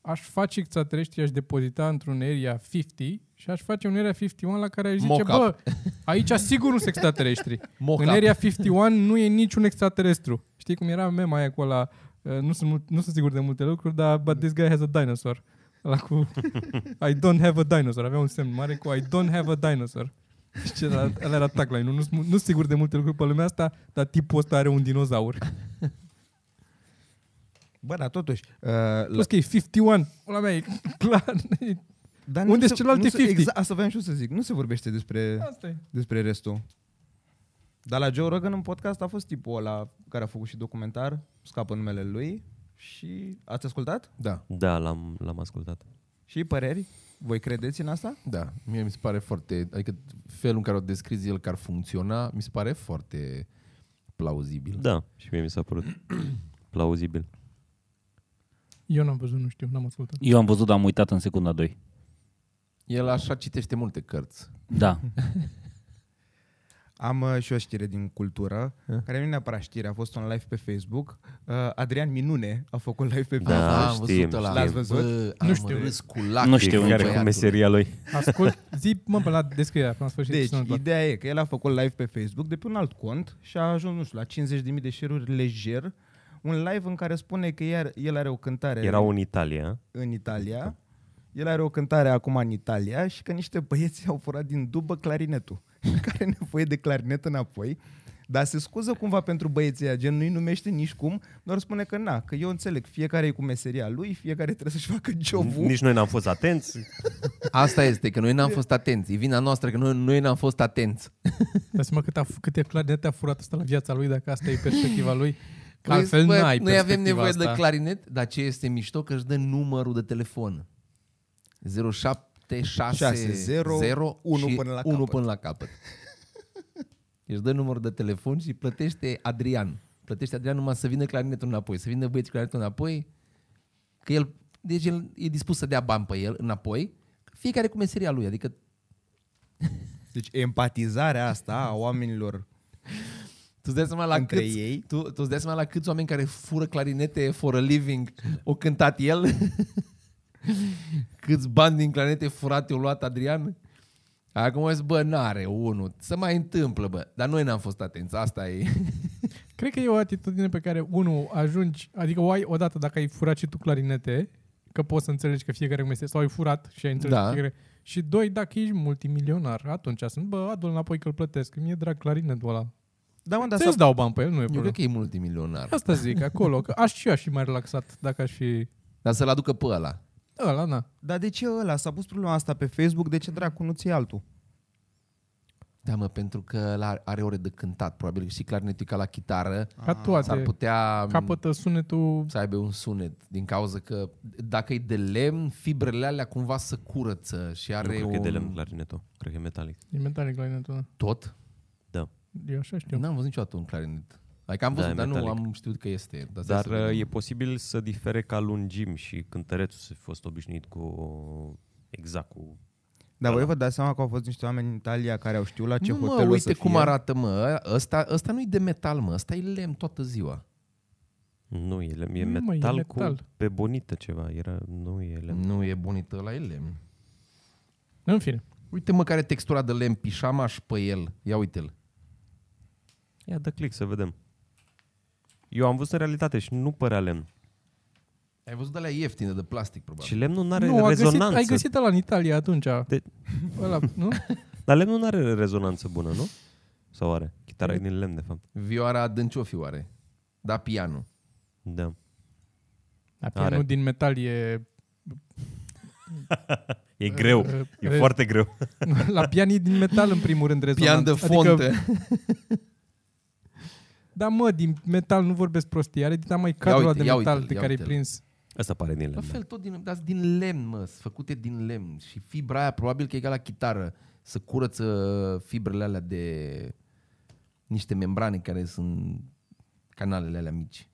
Speaker 1: aș face extraterestri, aș depozita într-un Area 50 și aș face un Area 51 la care aș zice,
Speaker 2: Mock-up.
Speaker 1: bă, aici sigur nu sunt extraterestri.
Speaker 2: Mock-up.
Speaker 1: În Area 51 nu e niciun extraterestru. Știi cum era mema aia cu ăla, uh, nu sunt, mult- nu sunt sigur de multe lucruri, dar but this guy has a dinosaur. La cu <laughs> I don't have a dinosaur. Avea un semn mare cu I don't have a dinosaur. Și ce era, ăla era tagline nu, nu, nu sunt sigur de multe lucruri pe lumea asta, dar tipul ăsta are un dinozaur.
Speaker 4: Bă, dar totuși... Uh, la...
Speaker 1: Plus că e 51. Ăla mea e <laughs> clar.
Speaker 4: Dar
Speaker 1: Unde
Speaker 4: se-
Speaker 1: sunt celelalte
Speaker 4: nu se-
Speaker 1: 50?
Speaker 4: Exact, asta voiam și eu să zic. Nu se vorbește despre,
Speaker 1: Asta e.
Speaker 4: despre restul. Dar la Joe Rogan în podcast a fost tipul ăla care a făcut și documentar, scapă numele lui și ați ascultat?
Speaker 2: Da,
Speaker 3: Da, l-am, l-am ascultat.
Speaker 4: Și păreri? Voi credeți în asta?
Speaker 2: da. Mie mi se pare foarte... Adică felul în care o descris el că ar funcționa, mi se pare foarte plauzibil.
Speaker 3: Da, și mie mi s-a părut plauzibil.
Speaker 1: Eu n-am văzut, nu știu, n-am ascultat.
Speaker 5: Eu am văzut, dar am uitat în secunda 2.
Speaker 2: El așa citește multe cărți.
Speaker 5: Da.
Speaker 4: Am uh, și o știre din cultură, care nu e neapărat știre, a fost un live pe Facebook. Uh, Adrian Minune a făcut live pe
Speaker 3: Da,
Speaker 4: Facebook. Deci,
Speaker 2: am
Speaker 3: știm,
Speaker 2: văzut ăla.
Speaker 4: L-ați văzut?
Speaker 2: Bă,
Speaker 1: Nu
Speaker 2: am
Speaker 1: știu.
Speaker 2: râs cu lacrimi,
Speaker 5: Nu știu
Speaker 2: băiatul.
Speaker 3: Care cu meseria lui.
Speaker 1: Ascult, zi, mă, pe la descrierea, până la sfârșit.
Speaker 4: Deci,
Speaker 1: ce s-a întâmplat.
Speaker 4: ideea e că el a făcut live pe Facebook de pe un alt cont și a ajuns, nu știu, la 50.000 de share-uri lejer. Un live în care spune că iar- el are o cântare
Speaker 3: Erau în Italia.
Speaker 4: în Italia. El are o cântare acum în Italia și că niște băieți au furat din dubă clarinetul, <laughs> care are nevoie de clarinet înapoi. Dar se scuză cumva pentru băieții ăia, gen nu-i numește nici cum, doar spune că na, că eu înțeleg, fiecare e cu meseria lui, fiecare trebuie să-și facă job-ul.
Speaker 3: Nici noi n-am fost atenți.
Speaker 2: Asta este, că noi n-am fost atenți. E vina noastră că noi, noi n-am fost atenți.
Speaker 1: Dar seama cât a, f- câte clarinete a furat asta la viața lui, dacă asta e perspectiva
Speaker 2: <laughs>
Speaker 1: lui. Că
Speaker 2: Noi-
Speaker 1: altfel
Speaker 2: Păi, bă,
Speaker 1: n-ai
Speaker 2: Noi avem
Speaker 1: perspectiva
Speaker 2: nevoie
Speaker 1: asta.
Speaker 2: de clarinet, dar ce este mișto că își dă numărul de telefon. 0760
Speaker 4: 1
Speaker 2: și
Speaker 4: până la
Speaker 2: 1
Speaker 4: capăt.
Speaker 2: până la capăt. Își dă numărul de telefon și plătește Adrian. plătește Adrian numai să vină clarinetul înapoi, să vină băieții clarinetul înapoi, că el, deci el e dispus să dea bani pe el înapoi, fiecare cu meseria lui, adică
Speaker 4: Deci empatizarea asta a oamenilor
Speaker 2: tu îți dai seama la
Speaker 4: Între
Speaker 2: câți,
Speaker 4: ei?
Speaker 2: Tu, tu îți dai seama la câți oameni care fură clarinete for a living o cântat el? <laughs> câți bani din clarinete furate o luat Adrian? Acum zic, bă, n-are unul. Se mai întâmplă, bă. Dar noi n-am fost atenți. Asta e.
Speaker 1: Cred că e o atitudine pe care, unul, ajungi, adică o ai odată dacă ai furat și tu clarinete, că poți să înțelegi că fiecare cum este, sau ai furat și ai înțeles
Speaker 2: Da.
Speaker 1: da. fiecare. Și doi, dacă ești multimilionar, atunci sunt, bă, adu-l înapoi că îl plătesc, mi-e drag clarinetul ăla.
Speaker 4: Da, mă, dar
Speaker 1: Ți-ți dau bani pe el, nu e
Speaker 2: Eu
Speaker 1: problemă.
Speaker 2: cred că e multimilionar.
Speaker 1: Asta zic, acolo, că aș și eu aș fi mai relaxat dacă aș fi...
Speaker 2: Dar să-l aducă pe ăla.
Speaker 1: Ăla, na.
Speaker 4: Dar de ce ăla? S-a pus problema asta pe Facebook, de ce dracu nu ți altul?
Speaker 2: Da, mă, pentru că ăla are ore de cântat. Probabil și clarinetul e ca la chitară.
Speaker 1: Ca
Speaker 2: S-ar
Speaker 1: toate.
Speaker 2: putea...
Speaker 1: Capătă sunetul...
Speaker 2: să aibă un sunet din cauza că dacă e de lemn, fibrele alea cumva să curăță și
Speaker 3: nu
Speaker 2: are
Speaker 3: cred
Speaker 2: un...
Speaker 3: că e de lemn clarinetul, cred că e metalic.
Speaker 1: Inventare clarinetul, da.
Speaker 2: Tot?
Speaker 3: Da.
Speaker 1: Eu așa știu.
Speaker 2: N-am văzut niciodată un clarinet. Adică am
Speaker 3: Da,
Speaker 2: văzut,
Speaker 3: e
Speaker 2: dar nu
Speaker 3: metalic.
Speaker 2: am știut că este. Dar, stai
Speaker 3: Dar
Speaker 2: să vedem.
Speaker 3: uh, e posibil să difere ca lungim și cântărețul să fi fost obișnuit cu exact cu...
Speaker 4: Dar voi vă dați seama că au fost niște oameni în Italia care au știut la ce
Speaker 2: Da, nu, mă,
Speaker 4: hotel o să
Speaker 2: uite
Speaker 4: fie?
Speaker 2: cum arată, mă. Ăsta, ăsta nu e de metal, mă. Ăsta e lemn toată ziua.
Speaker 3: Nu, e, lemn, e
Speaker 1: Nu,
Speaker 3: metal,
Speaker 1: mă, e
Speaker 3: cu
Speaker 1: metal.
Speaker 3: pe bonită ceva, era, nu e
Speaker 4: Mm.
Speaker 3: lemn.
Speaker 2: Nu e bunită, ăla e lemn.
Speaker 1: În fine.
Speaker 2: Uite, mă, care textura de lemn, pișama și pe el. Ia uite-l.
Speaker 3: Ia dă click să vedem. Eu am văzut în realitate și nu părea lemn.
Speaker 2: Ai văzut alea ieftine de plastic, probabil.
Speaker 3: Și lemnul nu are
Speaker 1: nu, a găsit,
Speaker 3: rezonanță.
Speaker 1: ai găsit ăla în Italia atunci. De...
Speaker 3: De-
Speaker 1: Ăla,
Speaker 3: <laughs>
Speaker 1: nu?
Speaker 3: Dar lemnul nu are rezonanță bună, nu? Sau are? Chitara e
Speaker 1: Cred
Speaker 3: din lemn, de fapt.
Speaker 2: Vioara dânciofi oare. Da, pianul.
Speaker 3: Da.
Speaker 1: Dar
Speaker 3: Are.
Speaker 1: pianul din metal e...
Speaker 3: E greu.
Speaker 1: uh,
Speaker 3: E
Speaker 1: re-
Speaker 3: foarte greu.
Speaker 1: <laughs> La pian e din metal, în primul rând,
Speaker 2: Pian
Speaker 1: rezonant.
Speaker 2: de fontă.
Speaker 1: Adică, da, mă, din metal nu vorbesc prostii. Are din mai cadrul ăla
Speaker 2: uite,
Speaker 1: de
Speaker 2: ia
Speaker 1: metal
Speaker 2: uite-l,
Speaker 1: de
Speaker 2: ia
Speaker 1: care e
Speaker 2: uite-l.
Speaker 1: prins.
Speaker 3: Asta pare din
Speaker 2: La
Speaker 3: lemn. da.
Speaker 2: fel, tot din, dar sunt din lemn, mă, sunt făcute din lemn și fibra aia probabil că e ca la chitară, să curăță fibrele alea de niște membrane care sunt canalele alea mici.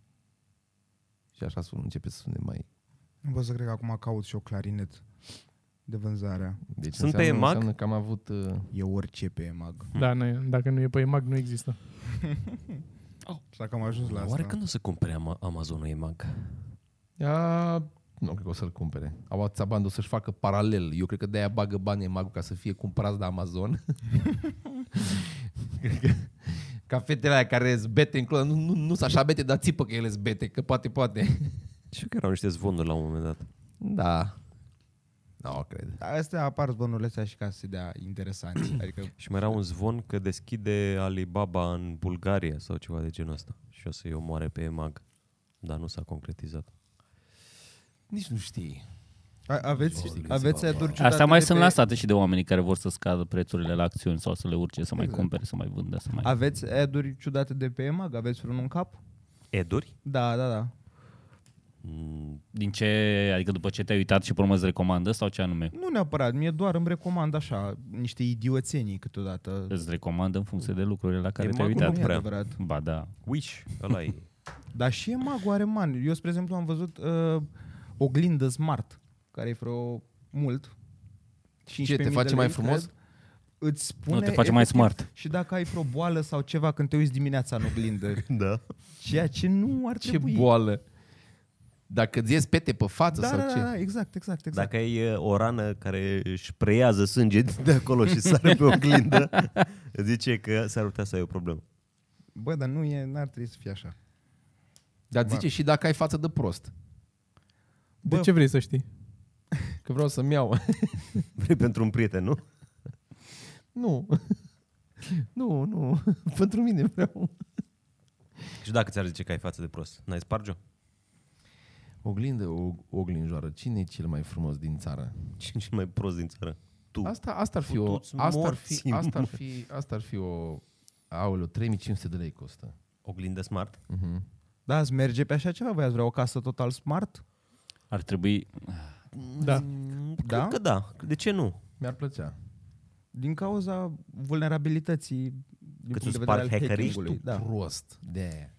Speaker 2: Și așa sun, începe să sune mai...
Speaker 4: Nu pot să cred că acum caut și o clarinet de vânzarea.
Speaker 2: Deci
Speaker 3: Sunt pe
Speaker 2: înseamnă,
Speaker 3: EMAG?
Speaker 2: înseamnă că am avut... Uh,
Speaker 4: E orice pe EMAG.
Speaker 3: Hm.
Speaker 1: Da, nu, dacă nu e pe EMAG, nu există.
Speaker 4: Și dacă am ajuns la
Speaker 3: Da.
Speaker 4: asta.
Speaker 3: Oare când o să cumpere Ama- Amazonul EMAG?
Speaker 2: a, nu cred că o să-l cumpere. Au țaban o să-și facă paralel. Eu cred că de-aia bagă bani EMAG ca să fie cumpărați de <laughs> Amazon. cred că ca fetele alea care zbete în clonă, nu, nu, nu sunt așa bete, dar țipă că ele zbete, că poate, poate.
Speaker 3: Știu că erau niște zvonuri la un moment dat.
Speaker 2: Da. Nu, cred.
Speaker 4: Astea apar zvonurile astea și ca să se dea <clears throat> interesanți. adică
Speaker 3: Și mai era un zvon că deschide Alibaba în Bulgaria sau ceva de genul ăsta. Și o să-i omoare pe EMAG. Dar nu s-a concretizat.
Speaker 2: Nici nu știi.
Speaker 4: a, aveți, aveți adurci
Speaker 5: Asta mai sunt lansate și de oamenii care vor să scadă prețurile la acțiuni sau să le urce, să mai cumpere, să mai vândă, să mai...
Speaker 4: Aveți aduri ciudate de pe EMAG? Aveți vreunul în cap?
Speaker 3: Eduri?
Speaker 4: Da, da, da.
Speaker 3: Mm,
Speaker 5: Din ce, adică după ce te-ai uitat și pe urmă îți recomandă sau ce anume?
Speaker 4: Nu neapărat, mie doar îmi recomand așa niște idioțenii câteodată.
Speaker 5: Îți recomandă în funcție de lucrurile la care
Speaker 3: E
Speaker 5: te-ai
Speaker 3: magul
Speaker 5: uitat.
Speaker 4: Nu e
Speaker 3: prea.
Speaker 4: adevărat.
Speaker 5: Ba da.
Speaker 3: Wish, ăla <laughs> e.
Speaker 4: Dar și EMAG-ul are mani. Eu, spre exemplu, am văzut uh, oglindă smart, care e vreo mult.
Speaker 2: Ce, te
Speaker 4: 15.000
Speaker 2: face
Speaker 4: de
Speaker 2: mai
Speaker 4: lei,
Speaker 2: frumos?
Speaker 4: cred. Îți spune
Speaker 5: Nu, te face mai
Speaker 4: efectiv
Speaker 5: smart.
Speaker 4: Și dacă ai vreo boală sau ceva când te uiți dimineața în
Speaker 2: <laughs>
Speaker 4: oglindă.
Speaker 3: da.
Speaker 4: Ceea ce nu ar
Speaker 2: Ce
Speaker 4: trebui.
Speaker 2: boală. Dacă îți ies pete pe față
Speaker 4: da,
Speaker 2: sau
Speaker 4: da, da,
Speaker 2: ce?
Speaker 4: da, exact, exact, exact.
Speaker 3: Dacă ai uh, o rană care își preiază sânge <laughs> de acolo și sare pe <laughs> oglindă, zice că s-ar putea să ai o problemă.
Speaker 4: Bă, dar nu e, n-ar trebui să fie așa.
Speaker 2: Dar zice și dacă ai față de prost.
Speaker 1: De
Speaker 4: Bă,
Speaker 1: ce vrei să știi?
Speaker 2: Că vreau să-mi iau. <laughs>
Speaker 3: Vrei pentru un prieten, nu?
Speaker 2: nu. <laughs> nu, nu. <laughs> Pentru mine vreau.
Speaker 3: Și dacă ți-ar zice că ai față de prost, n-ai sparge-o?
Speaker 2: Oglindă, o, oglinjoară. Cine e cel mai frumos din țară?
Speaker 3: Cine e cel mai prost din țară? Tu.
Speaker 2: Asta, asta ar fi o...
Speaker 3: Futuți
Speaker 2: Asta ar
Speaker 3: morții,
Speaker 2: fi, asta ar fi, asta ar fi o... Aoleu, 3500 de lei costă.
Speaker 3: Oglindă smart?
Speaker 2: Uh-huh.
Speaker 4: Da, ați merge pe așa ceva? Voi ați vrea o casă total smart?
Speaker 5: Ar trebui...
Speaker 1: Da.
Speaker 4: Da?
Speaker 3: Cred că da. De ce nu?
Speaker 2: Mi-ar plăcea.
Speaker 4: Din cauza vulnerabilității din
Speaker 3: Că
Speaker 4: punct
Speaker 3: ți-o
Speaker 4: de vedere al
Speaker 3: spar hackerii?
Speaker 4: hacking-ului. Da.
Speaker 2: Prost. De aia.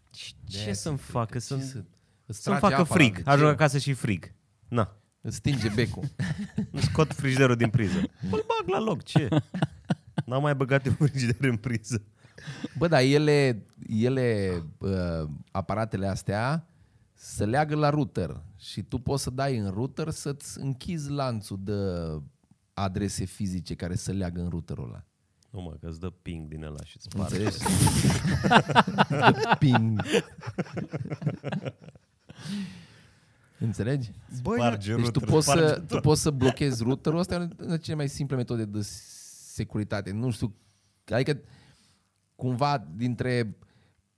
Speaker 3: Ce să-mi facă? Să-mi,
Speaker 2: să- Îți
Speaker 3: să-mi
Speaker 2: trage
Speaker 3: facă
Speaker 2: apa la
Speaker 3: frig.
Speaker 2: vecin,
Speaker 3: Ajung acasă și frig. Na,
Speaker 2: Îți stinge
Speaker 3: <laughs>
Speaker 2: becul.
Speaker 3: îmi scot frigiderul din priză. Păi bag la loc, ce? N-am mai băgat eu frigider în priză.
Speaker 2: Bă, dar ele, ele uh, aparatele astea, se leagă la router și tu poți să dai în router să-ți închizi lanțul de adrese fizice care se leagă în routerul ăla.
Speaker 3: Nu mă, că îți dă ping din ăla și îți pare.
Speaker 2: Înțelegi? Ping. Înțelegi?
Speaker 4: Băi,
Speaker 3: Sparge
Speaker 2: Deci tu
Speaker 3: routerul,
Speaker 2: poți,
Speaker 3: sparge
Speaker 2: să, tu poți să blochezi routerul ăsta e una cele mai simple metode de securitate. Nu știu, adică cumva dintre,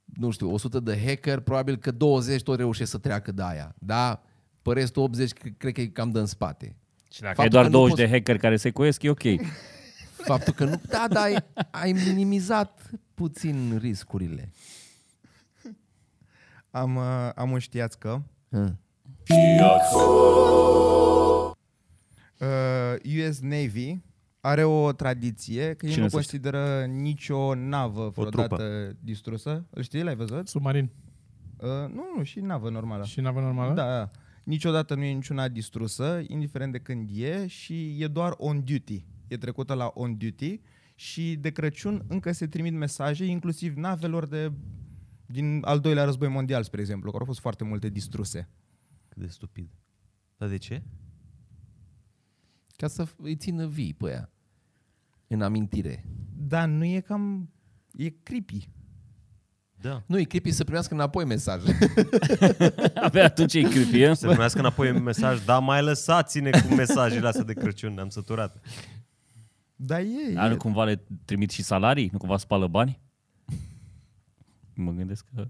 Speaker 2: nu știu, 100 de hacker, probabil că 20 tot reușesc să treacă de aia. Da? Pe restul 80 cre- cred că e cam dă în spate.
Speaker 5: Și dacă ai
Speaker 2: Faptul
Speaker 5: doar
Speaker 2: că nu
Speaker 5: 20
Speaker 2: poți-
Speaker 5: de hacker care se cuiesc, e ok.
Speaker 2: Faptul că nu... Da, da, ai, ai minimizat puțin riscurile.
Speaker 4: am, uh, am un știați că
Speaker 2: Hă.
Speaker 4: uh, US Navy are o tradiție că ei
Speaker 5: Cine
Speaker 4: nu
Speaker 5: să
Speaker 4: consideră nicio navă vreodată
Speaker 3: trupă.
Speaker 4: distrusă. Îl știi? L-ai văzut?
Speaker 1: Submarin
Speaker 4: Uh, nu, nu, și navă normală.
Speaker 1: și navă normală?
Speaker 4: Da, da. Niciodată nu e niciuna distrusă, indiferent de când e și e doar on duty. E trecută la on duty și de Crăciun încă se trimit mesaje, inclusiv navelor de din al doilea război mondial, spre exemplu, care au fost foarte multe distruse.
Speaker 3: Cât de stupid. Dar de ce?
Speaker 2: Ca să îi țină vii pe aia. În amintire.
Speaker 4: Dar nu e cam... e creepy.
Speaker 3: Da.
Speaker 2: Nu, e creepy să primească înapoi mesaj.
Speaker 5: <laughs> Abia atunci e creepy, e?
Speaker 3: Se primească înapoi un mesaj, da, mai lăsați-ne cu mesajele astea de Crăciun, am săturat.
Speaker 4: Dar e...
Speaker 5: Dar nu
Speaker 4: e
Speaker 5: cumva le trimit și salarii? Nu cumva spală bani? Mă gândesc că...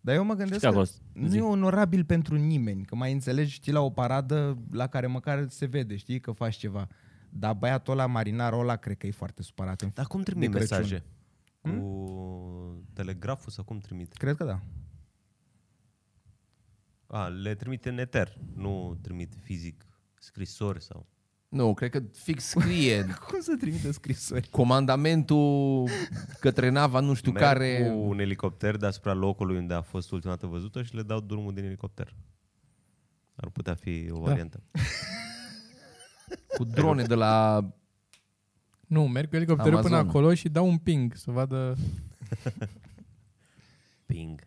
Speaker 4: dar eu mă gândesc
Speaker 5: Știi
Speaker 4: că
Speaker 5: acolo,
Speaker 4: nu
Speaker 5: zi.
Speaker 4: e onorabil pentru nimeni, că mai înțelegi, știi, la o paradă la care măcar se vede, știi, că faci ceva. Dar băiatul ăla, marinarul ăla, cred că e foarte supărat. în-
Speaker 3: Dar cum trimit
Speaker 4: de Crăciun.
Speaker 3: mesaje?
Speaker 2: Hmm?
Speaker 3: Cu telegraful sau cum trimit?
Speaker 4: Cred că da.
Speaker 3: A, le trimite în eter, nu trimit fizic scrisori sau...
Speaker 2: <laughs> nu, cred că fix scrie
Speaker 4: Cum să trimite scrisori?
Speaker 2: comandamentul către nava nu știu
Speaker 3: Merg
Speaker 2: care...
Speaker 3: cu un elicopter deasupra locului unde a fost ultima dată văzută și le dau drumul din elicopter. Ar putea fi
Speaker 2: Da.
Speaker 3: o variantă.
Speaker 2: cu drone de la...
Speaker 1: Nu, merg cu elicopterul până
Speaker 2: Amazon.
Speaker 1: acolo și dau un ping să vadă...
Speaker 3: Ping.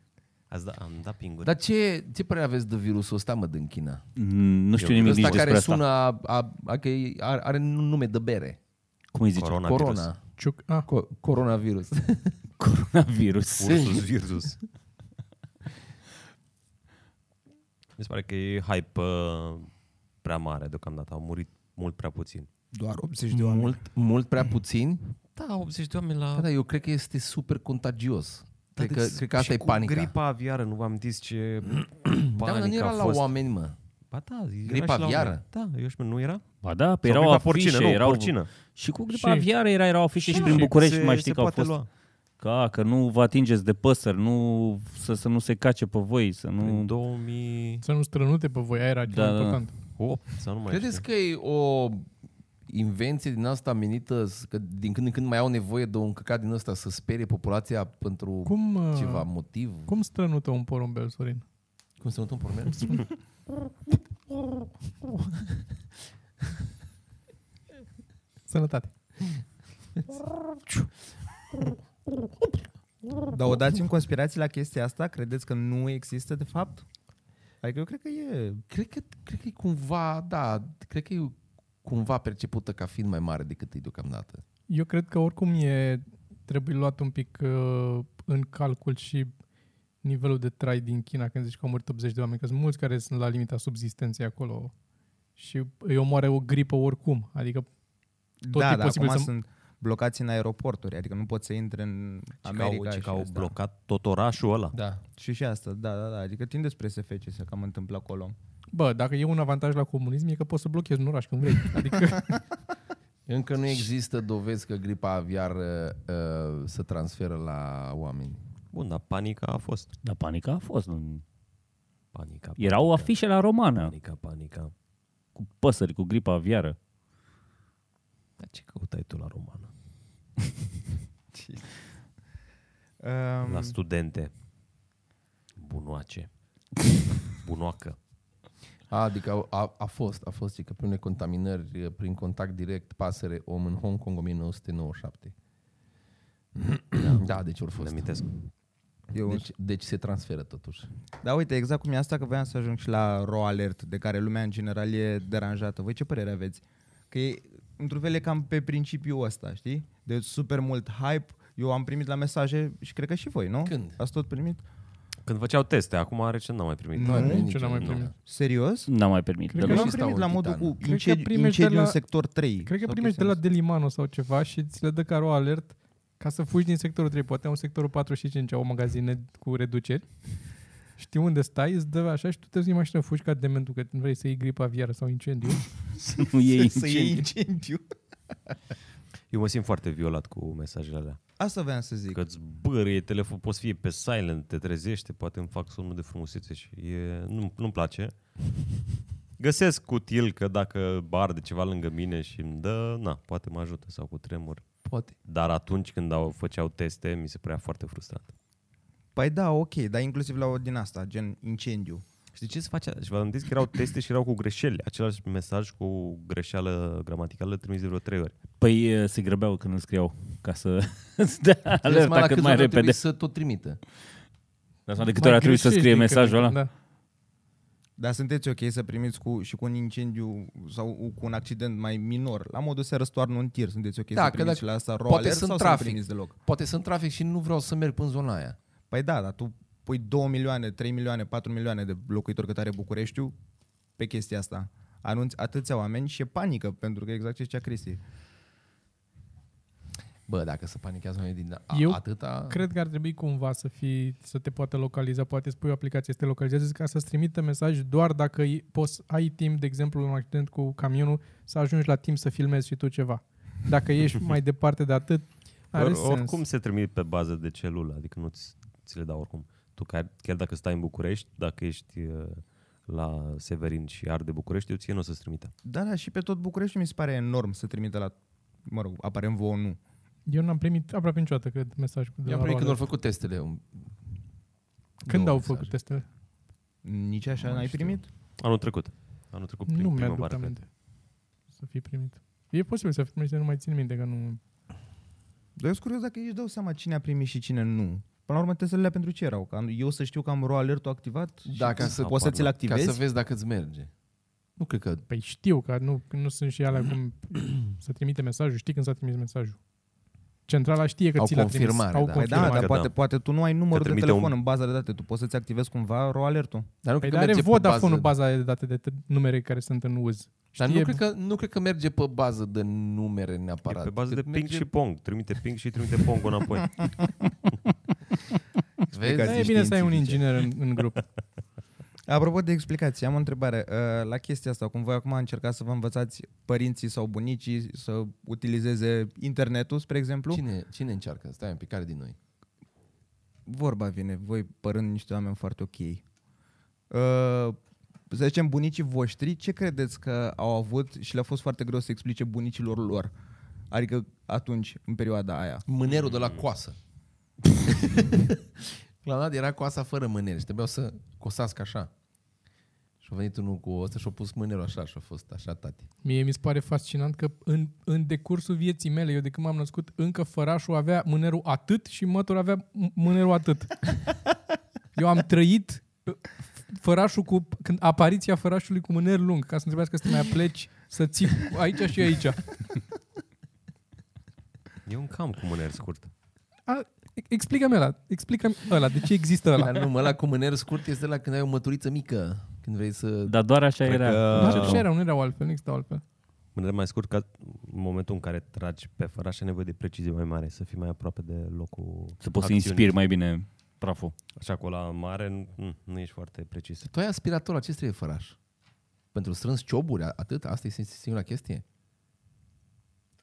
Speaker 3: Ați da, am dat pinguri.
Speaker 2: Dar ce, ce părere aveți de virusul ăsta, mă, din China?
Speaker 5: Mm, Nu știu nimic nici
Speaker 2: Ăsta
Speaker 5: despre
Speaker 2: care
Speaker 5: asta.
Speaker 2: sună a, a, a, că e- are, are un nume de bere.
Speaker 5: Cum îi zice?
Speaker 3: Coronavirus.
Speaker 2: Corona.
Speaker 1: Ciuc... Ah,
Speaker 2: Co- coronavirus.
Speaker 5: Coronavirus.
Speaker 3: Ursus
Speaker 2: <laughs>
Speaker 3: virus. Mi se pare că e hype uh, prea mare deocamdată. Au murit mult prea puțin.
Speaker 4: Doar 80 de oameni.
Speaker 2: mult, mult prea puțin.
Speaker 3: Da, 80 de oameni la... deci
Speaker 2: Da, da, eu cred că este super contagios. Cred că, cred că asta e panica.
Speaker 3: gripa aviară, nu vă amintiți ce
Speaker 2: <clears throat> da, mă,
Speaker 3: panică
Speaker 2: dar nu era
Speaker 3: a
Speaker 2: la
Speaker 3: fost.
Speaker 2: oameni, mă.
Speaker 3: Ba da, era
Speaker 2: Gripa
Speaker 3: și la oameni.
Speaker 2: aviară?
Speaker 3: Da, eu știu, nu era?
Speaker 5: Ba da, pe
Speaker 3: Sau
Speaker 5: erau
Speaker 3: gripa
Speaker 5: afișe.
Speaker 3: porcină, nu,
Speaker 5: erau...
Speaker 3: porcină.
Speaker 5: Și cu gripa
Speaker 1: Și-
Speaker 5: aviară era, erau afișe și, prin București, mai știi că au fost... Ca, că nu vă atingeți de păsări, nu, să, să nu se cace pe voi, să
Speaker 3: În
Speaker 2: Mm.
Speaker 5: nu...
Speaker 3: 2008
Speaker 1: să nu strănute pe voi, aia era
Speaker 5: Da,
Speaker 1: da,
Speaker 5: da.
Speaker 1: important.
Speaker 3: sau nu mai
Speaker 2: Credeți
Speaker 3: știu.
Speaker 2: că e o invenție din asta menită, s- că din când în când mai au nevoie de un căcat din ăsta să sperie populația pentru Cum?
Speaker 1: Cum, uh,
Speaker 2: ceva motiv?
Speaker 1: cum strănută un porumbel, Sorin?
Speaker 2: Cum se numește un pormel? <laughs>
Speaker 1: Sănătate.
Speaker 4: Dar o dați în conspirații la chestia asta? Credeți că nu există de fapt? Adică eu cred că e...
Speaker 2: cred, că, cred că e cumva, da, cred că e cumva percepută ca fiind mai mare decât e deocamdată.
Speaker 1: Eu cred că oricum e, trebuie luat un pic uh, în calcul și nivelul de trai din China când zici că au murit 80 de oameni, că sunt mulți care sunt la limita subzistenței acolo și îi omoare o gripă oricum. Adică Tot e
Speaker 4: da, da,
Speaker 1: posibil
Speaker 4: acum
Speaker 1: să-
Speaker 4: să... sunt blocați în aeroporturi, adică nu poți să intre în
Speaker 3: Ci că au,
Speaker 4: America
Speaker 3: ci
Speaker 4: și
Speaker 3: că au
Speaker 4: asta.
Speaker 3: blocat tot orașul ăla.
Speaker 4: Da. Și și asta, da, da, da. Adică tinde spre SF ce se cam întâmplă acolo.
Speaker 1: Bă, dacă e un avantaj la comunism, e că poți să blochezi un oraș când vrei. Adică,
Speaker 2: Încă nu există dovezi că gripa aviară uh, se transferă la oameni.
Speaker 3: Bun, dar panica a fost.
Speaker 5: Dar panica a fost. nu-
Speaker 3: Panica,
Speaker 5: Erau afișe la romană,
Speaker 3: panica, panica.
Speaker 5: cu păsări, cu gripa aviară.
Speaker 3: <laughs> Dar ce căutai tu la romană?
Speaker 4: Um,
Speaker 3: La studente. <laughs> Bunoace. Bunoacă.
Speaker 2: A, adică au- a, a fost, a fost, zic, prin contaminări, eh, prin contact direct, pasăre, om în Hong Kong 1997. <clears throat> Da, deci ori
Speaker 3: Ne
Speaker 2: fost.
Speaker 3: amintesc.
Speaker 4: eu,
Speaker 2: Deci, deci se transferă totuși.
Speaker 4: Da, uite, exact cum e asta, că voiam să ajung și la Ro Alert, de care lumea în general e deranjată. Voi ce părere aveți? Că e, într-un fel, e cam pe principiul ăsta, știi? De super mult hype. Eu am primit la mesaje și cred că și voi, nu?
Speaker 2: Când?
Speaker 4: Ați tot primit?
Speaker 3: Când făceau teste, acum recent n-am mai primit.
Speaker 4: Nu,
Speaker 2: ai primit
Speaker 1: nici eu n-am mai
Speaker 2: niciodată.
Speaker 1: primit.
Speaker 4: Serios?
Speaker 5: N-am mai permis.
Speaker 1: Cred
Speaker 4: Că
Speaker 1: că
Speaker 4: eu
Speaker 1: nu
Speaker 4: am
Speaker 2: stau
Speaker 4: primit
Speaker 2: în
Speaker 4: la
Speaker 2: Titan.
Speaker 4: modul cu
Speaker 1: Cred că
Speaker 4: incendi-
Speaker 1: primești de
Speaker 4: incendiu
Speaker 1: la-
Speaker 4: în sector 3.
Speaker 1: Cred că
Speaker 4: sau
Speaker 1: primești de la
Speaker 4: chestia
Speaker 1: Delimano sau ceva și ți le dă ca ro alert ca să fugi din sectorul 3. Poate au un sectorul 4 și 5, au magazine cu reduceri. Știi unde stai, îți dă așa și tu te duci în mașină, fugi ca dementul, că nu vrei să iei gripa aviară sau incendiu.
Speaker 5: Să nu iei
Speaker 4: asta. Să iei incendiu.
Speaker 3: Eu mă simt foarte violat cu mesajele alea.
Speaker 4: Asta vreau să zic.
Speaker 3: Că îți bărâie telefon, poți fi pe silent, te trezește, poate îmi fac somnul de frumusețe și e, nu, nu-mi place. Găsesc cutil că dacă arde ceva lângă mine și îmi dă, na, poate mă ajută sau cu tremur.
Speaker 2: Poate.
Speaker 3: Dar atunci când au, făceau teste, mi se părea foarte frustrant.
Speaker 4: Păi da, ok, dar inclusiv la o din asta, gen incendiu.
Speaker 3: Știi ce se face? Și vă amintiți că erau teste și erau cu greșeli. Același mesaj cu greșeală gramaticală trimis de vreo trei ori.
Speaker 5: Păi eh, se grăbeau când îl scriau ca să <laughs> să dea
Speaker 2: Vezi, mă, la
Speaker 5: alerta cât
Speaker 2: câți
Speaker 5: mai
Speaker 2: ori a
Speaker 5: repede.
Speaker 2: trebuit să tot trimită.
Speaker 5: Dar de câte ori a trebuit să
Speaker 1: greșești
Speaker 5: scrie
Speaker 1: din Da.
Speaker 5: mesajul
Speaker 1: când în
Speaker 5: ăla?
Speaker 1: când,
Speaker 4: Dar sunteți ok să primiți cu, și cu un incendiu sau cu un accident mai minor? La modul se răstoarnă un tir, sunteți ok
Speaker 2: Da,
Speaker 4: să
Speaker 2: că
Speaker 4: primiți
Speaker 2: dacă-
Speaker 4: și la asta ro
Speaker 2: poate
Speaker 4: alert
Speaker 2: sunt
Speaker 4: sau să
Speaker 2: trafic.
Speaker 4: nu primiți deloc?
Speaker 2: Poate sunt trafic și nu vreau să merg până în zona aia.
Speaker 4: Păi da, dar tu pui 2 milioane, 3 milioane, 4 milioane de locuitori cât are Bucureștiul pe chestia asta. Anunți atâția oameni și e panică, pentru că exact ce zicea Cristi.
Speaker 2: Bă, dacă se panichează oamenii din a,
Speaker 1: Eu
Speaker 2: atâta...
Speaker 1: Da. Cred că ar trebui cumva să fii, să te poată localiza, poate spui o aplicație să te localizeze ca să-ți trimită mesaj doar dacă i- poți, ai timp, de exemplu, un accident cu camionul, să ajungi la timp să filmezi și tu ceva. Dacă ești
Speaker 5: <laughs>
Speaker 1: mai departe de atât, are
Speaker 3: Or,
Speaker 1: sens.
Speaker 3: oricum se trimit pe bază de celulă, adică nu ți, ți le dau oricum. Tu chiar, chiar dacă stai în București, dacă ești eh, la Severin și arde București, eu ție nu o să-ți trimită.
Speaker 4: Da, da, și pe tot Bucureștiul mi se pare enorm să trimite la, mă rog, aparent vouă nu.
Speaker 1: Eu n-am primit aproape niciodată, cred, mesaj cu de
Speaker 2: I-am
Speaker 1: la
Speaker 2: primit păi, când au
Speaker 1: Roald.
Speaker 2: făcut testele. um, un-
Speaker 1: Când
Speaker 2: două
Speaker 1: au
Speaker 2: mesaje.
Speaker 1: făcut testele?
Speaker 4: Nici așa
Speaker 2: Nu
Speaker 4: n-ai
Speaker 2: știu.
Speaker 4: primit?
Speaker 3: Anul trecut. Anul trecut prim,
Speaker 1: Nu
Speaker 3: prima
Speaker 1: mi-aduc
Speaker 3: oară, cred.
Speaker 1: aminte să fi primit. E posibil să fi primit, nu mai țin minte că nu...
Speaker 4: Dar eu sunt curios dacă ei își dau seama cine a primit și cine nu. Până la urmă testele pentru ce erau? Că am- eu să știu că am ro alert activat și
Speaker 2: Da, ca
Speaker 4: tu
Speaker 2: să-
Speaker 4: poți să ți-l
Speaker 2: Ca
Speaker 4: activezi?
Speaker 2: să vezi dacă îți merge. Nu cred că...
Speaker 1: Păi știu că nu, că nu sunt și alea
Speaker 2: <clears throat>
Speaker 1: cum să trimite mesajul. Știi când s-a trimis mesajul. Centrala știe că
Speaker 2: Au
Speaker 1: ți l-a trimis.
Speaker 2: confirmare,
Speaker 1: Au
Speaker 2: da.
Speaker 4: Păi
Speaker 1: confirmare.
Speaker 4: da,
Speaker 3: Că
Speaker 4: dar
Speaker 3: da.
Speaker 4: poate, poate tu nu ai numărul de
Speaker 3: trimite
Speaker 4: telefon
Speaker 3: un-
Speaker 4: în baza de date, tu poți să-ți activezi cumva ro alertul.
Speaker 2: Dar nu
Speaker 1: Păi dar
Speaker 2: cred că
Speaker 1: are
Speaker 2: merge pe
Speaker 1: Vodafone-ul
Speaker 2: bază...
Speaker 1: baza de date de t- numere care sunt în uz.
Speaker 2: Dar nu
Speaker 1: Știe-
Speaker 2: cred, că, nu cred că merge pe bază de numere neapărat.
Speaker 3: E pe bază
Speaker 2: Cât
Speaker 3: de ping
Speaker 2: merge-
Speaker 3: și pong. Trimite ping și trimite pong înapoi.
Speaker 2: Vezi?
Speaker 4: Că
Speaker 1: Da, e bine să ai un inginer în, în grup.
Speaker 4: Apropo de explicații, am o întrebare. Uh, La chestia asta, cum voi acum încercați să vă învățați părinții sau bunicii să utilizeze internetul, spre exemplu? Cine?
Speaker 2: Cine, cine încearcă? Stai un pic, care din noi?
Speaker 4: Vorba vine, voi părând niște oameni foarte ok. Uh, Să zicem, bunicii voștri, ce credeți că au avut și le-a fost foarte greu să explice bunicilor lor? Adică atunci, în perioada aia.
Speaker 2: Mânerul de la
Speaker 3: Mm.
Speaker 1: <laughs>
Speaker 2: coasă. la dat era coasa fără mânere și trebuiau să cosească așa. Și a venit unul cu ăsta și a pus mânerul așa și a fost așa, tati.
Speaker 1: Mie mi se pare fascinant că în, în decursul vieții mele, eu de când m-am născut, încă fărașul avea mânerul atât și mătul avea m- mânerul atât. Eu am trăit uh, fărașul cu, când apariția fărașului cu mâner lung, ca să nu trebuiască să te mai pleci, să ții aici și aici.
Speaker 3: Eu un cam cu mâner scurt.
Speaker 1: A, explică-mi ăla, explică-mi ăla, de ce există ăla?
Speaker 2: Dar nu, mă, la cu mânerul scurt este la când ai o măturiță mică. Când vrei să...
Speaker 3: Da.
Speaker 5: Dar doar așa
Speaker 3: Cred
Speaker 5: era.
Speaker 3: că-
Speaker 1: Dar
Speaker 3: ce
Speaker 1: așa erau, nu erau altfel, nu existau altfel.
Speaker 3: Mâner mai scurt ca în momentul în care tragi pe făraș ai nevoie de precizie mai mare, să fii mai aproape de locul
Speaker 5: Să poți să
Speaker 3: acțiunii.
Speaker 5: inspiri mai bine praful.
Speaker 3: Așa cu la mare nu, nu ești foarte precis.
Speaker 2: Tu ai aspirator, la ce trebuie făraș? Pentru strâns cioburi, a- atât? Asta e singura chestie?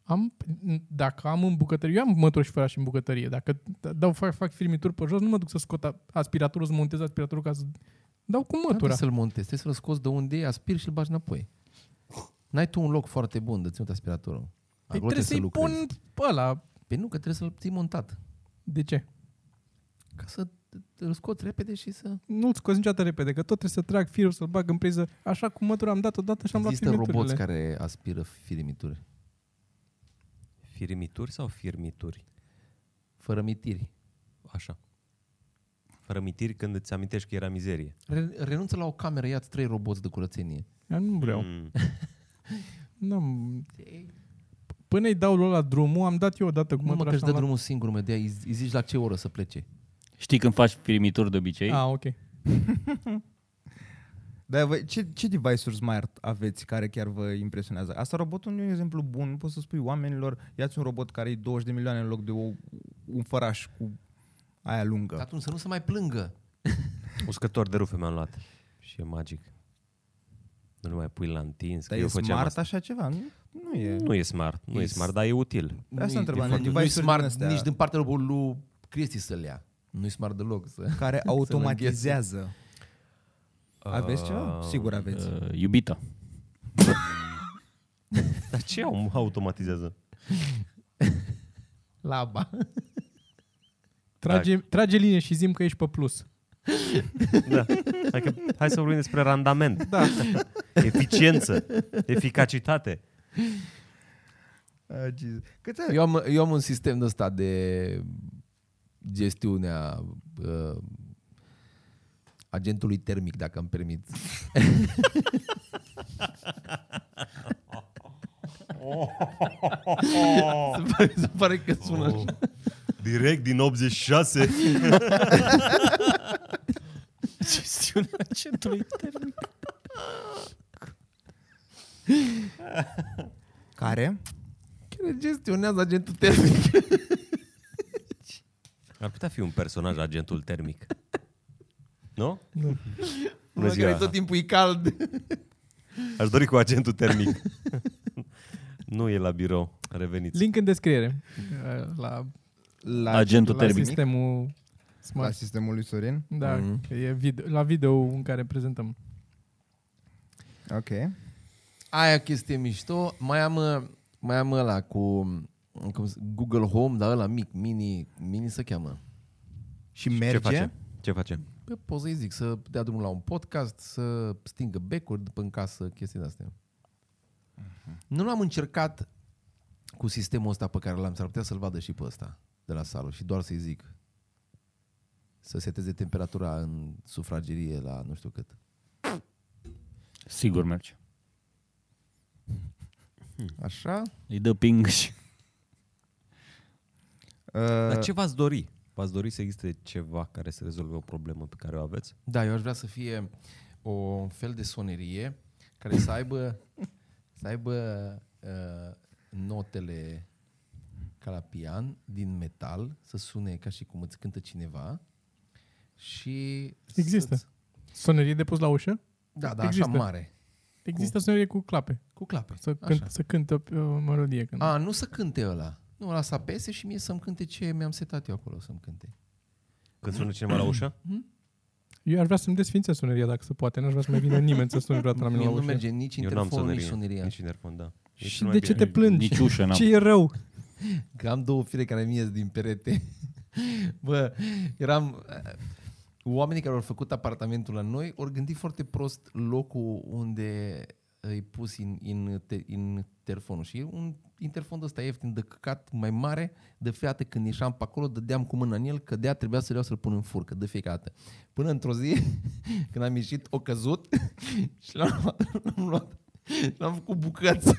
Speaker 1: Am, dacă am în bucătărie, eu am mături și fărași în bucătărie. Dacă dau, fac, fac firmituri pe jos, nu mă duc să scot a- aspiratorul, să montez aspiratorul ca să... Dau cu
Speaker 2: Nu
Speaker 1: mătura.
Speaker 2: să-l montezi, trebuie să-l scoți de unde e, aspiri și-l bagi înapoi. N-ai tu un loc foarte bun de ținut aspiratorul.
Speaker 1: Păi
Speaker 2: Acolo
Speaker 1: trebuie să-i
Speaker 2: lucrezi.
Speaker 1: pun pe ăla.
Speaker 2: Păi nu, că trebuie să-l ții montat.
Speaker 1: De ce?
Speaker 2: ca să îl scoți repede și să...
Speaker 1: Nu-l scoți niciodată repede, că tot trebuie să trag firul, să-l bag în priză, așa cum mătura am dat odată și am luat
Speaker 2: Există
Speaker 1: firmiturile.
Speaker 2: roboți care aspiră firimituri.
Speaker 3: Firimituri sau firmituri?
Speaker 2: Fără mitiri.
Speaker 3: Așa. Fărămitiri când îți amintești că era mizerie.
Speaker 2: Re- renunță la o cameră, ia-ți trei roboți de curățenie.
Speaker 1: Eu nu vreau. Mm.
Speaker 3: Mm.
Speaker 1: <laughs> N-am... Până îi dau lor la drumul, am dat eu odată cu
Speaker 2: Nu mă
Speaker 1: mătura
Speaker 2: că
Speaker 1: și
Speaker 2: își
Speaker 1: am
Speaker 2: dă
Speaker 1: luat-
Speaker 2: drumul singur, mă, de-aia îi îi zici la ce oră să plece.
Speaker 5: Știi când faci primituri de obicei?
Speaker 1: Ah, ok.
Speaker 4: Dar voi, ce, ce device-uri smart aveți care chiar vă impresionează? Asta robotul nu e un exemplu bun. Poți să spui oamenilor, iați un robot care e 20 de milioane în loc de o, un făraș cu aia
Speaker 2: Că
Speaker 3: Da.
Speaker 4: lungă.
Speaker 2: atunci să nu se mai plângă.
Speaker 3: Uscător de rufe mi-am luat. Și e magic. Nu le mai pui la întins. că
Speaker 4: Dar e
Speaker 3: eu făceam
Speaker 4: smart
Speaker 3: asta.
Speaker 4: așa ceva? Nu, nu e.
Speaker 3: Nu e smart. Nu e,
Speaker 2: E
Speaker 3: smart, dar e
Speaker 4: <laughs>
Speaker 3: util.
Speaker 2: Nu
Speaker 4: Asta
Speaker 2: e,
Speaker 4: întrebam,
Speaker 2: de fapt,
Speaker 4: în
Speaker 2: Nu e
Speaker 4: device-uri
Speaker 2: smart
Speaker 4: din astea-
Speaker 2: nici din partea lui- lui Cristi să-l ia. Nu e smart deloc. Să...
Speaker 4: Care automatizează. Aveți ceva?
Speaker 3: Uh,
Speaker 4: Sigur aveți.
Speaker 5: Uh, iubita.
Speaker 3: Dar ce om automatizează?
Speaker 2: Laba.
Speaker 1: Trage, trage linie și zim că ești pe
Speaker 2: <laughs>
Speaker 1: plus.
Speaker 3: Da. Hai, că, hai să vorbim despre randament,
Speaker 1: Da.
Speaker 3: eficiență, eficacitate.
Speaker 4: Ah, Jesus. Cât
Speaker 2: Eu am, eu am un sistem de ăsta de gestiunea uh, agentului termic, dacă îmi permit. se, pare, se pare că sună
Speaker 1: Oh.
Speaker 2: așa.
Speaker 3: Oh. Direct din 86.
Speaker 1: Gestiunea centrului termic.
Speaker 4: Care?
Speaker 2: Care gestionează agentul termic?
Speaker 3: Ar putea fi un personaj agentul termic. Nu?
Speaker 1: Nu.
Speaker 3: Bună
Speaker 2: Unul
Speaker 3: ziua.
Speaker 2: care tot timpul e cald.
Speaker 3: Aș dori cu agentul termic. nu e la birou. Reveniți.
Speaker 1: Link în descriere. La,
Speaker 4: Da, La,
Speaker 5: Agentul
Speaker 1: la
Speaker 5: termic.
Speaker 1: sistemul
Speaker 4: la
Speaker 1: smart.
Speaker 4: sistemul lui Sorin?
Speaker 1: Da,
Speaker 2: Mhm.
Speaker 1: mm-hmm. e video, la video în care prezentăm.
Speaker 4: Ok.
Speaker 2: Aia chestie mișto. Mai am, uh, mai am ăla cu cum, se- Google Home, dar ăla mic, mini, mini se cheamă.
Speaker 4: Și
Speaker 3: Ce
Speaker 4: merge?
Speaker 3: face? Ce face?
Speaker 2: Bă, Păi pot să-i zic, să dea drumul la un podcast, să stingă becuri după în casă, chestii de-astea. Nu l-am încercat cu sistemul ăsta pe care l-am, s-ar putea să-l vadă și pe ăsta de la sală și doar să-i zic să seteze temperatura în sufragerie la nu știu cât.
Speaker 5: Sigur merge.
Speaker 2: Așa?
Speaker 5: Îi dă ping și...
Speaker 3: Dar
Speaker 4: Uh,
Speaker 3: ce v-ați dori? V-ați dori să existe ceva care să rezolve o problemă pe care o aveți?
Speaker 2: Da, eu aș vrea să fie o fel de sonerie care să
Speaker 1: <laughs>
Speaker 2: aibă, să aibă uh, notele ca la pian din metal, să sune ca și cum îți cântă cineva și
Speaker 1: Există.
Speaker 2: să-ți-
Speaker 1: Sonerie de pus la ușă?
Speaker 2: Da, da, așa
Speaker 1: Există.
Speaker 2: mare.
Speaker 1: Există sonerie cu clape.
Speaker 2: Cu clape.
Speaker 1: Să,
Speaker 2: Așa.
Speaker 1: cânt, să cântă pe o melodie. Când...
Speaker 2: A, nu să cânte ăla. Nu, ăla să apese și mie să-mi cânte ce mi-am setat eu acolo să-mi cânte.
Speaker 3: Când sună cineva la ușă?
Speaker 1: Eu aș vrea să-mi desfințez soneria dacă se poate. N-aș vrea să mai vină nimeni să sune vreodată la mine
Speaker 2: Mie
Speaker 1: la
Speaker 2: nu
Speaker 1: ușă.
Speaker 2: merge nici
Speaker 3: Eu n-am
Speaker 2: interfonul, nici
Speaker 3: sonerie.
Speaker 2: soneria.
Speaker 3: Nici interfon, da. E
Speaker 1: Și
Speaker 3: cel mai
Speaker 1: de ce
Speaker 3: bine.
Speaker 1: te plângi?
Speaker 5: Nici ușă n-am.
Speaker 1: Ce e rău?
Speaker 2: Că am două fire care mi ies din perete. <laughs> Bă, eram... eh, Oamenii care au făcut apartamentul la noi au gândit foarte prost locul unde îi pus in, in, te, in telefonul. Și e un interfon de ăsta ieftin, de căcat mai mare, de fiată când ieșeam pe acolo, dădeam cu mâna în el, cădea, trebuia să-l iau să-l pun în furcă, de fiecare dată. Până într-o zi, <laughs> când am ieșit, o căzut <laughs> și l-am luat, l-am luat, l-am făcut bucăți. <laughs>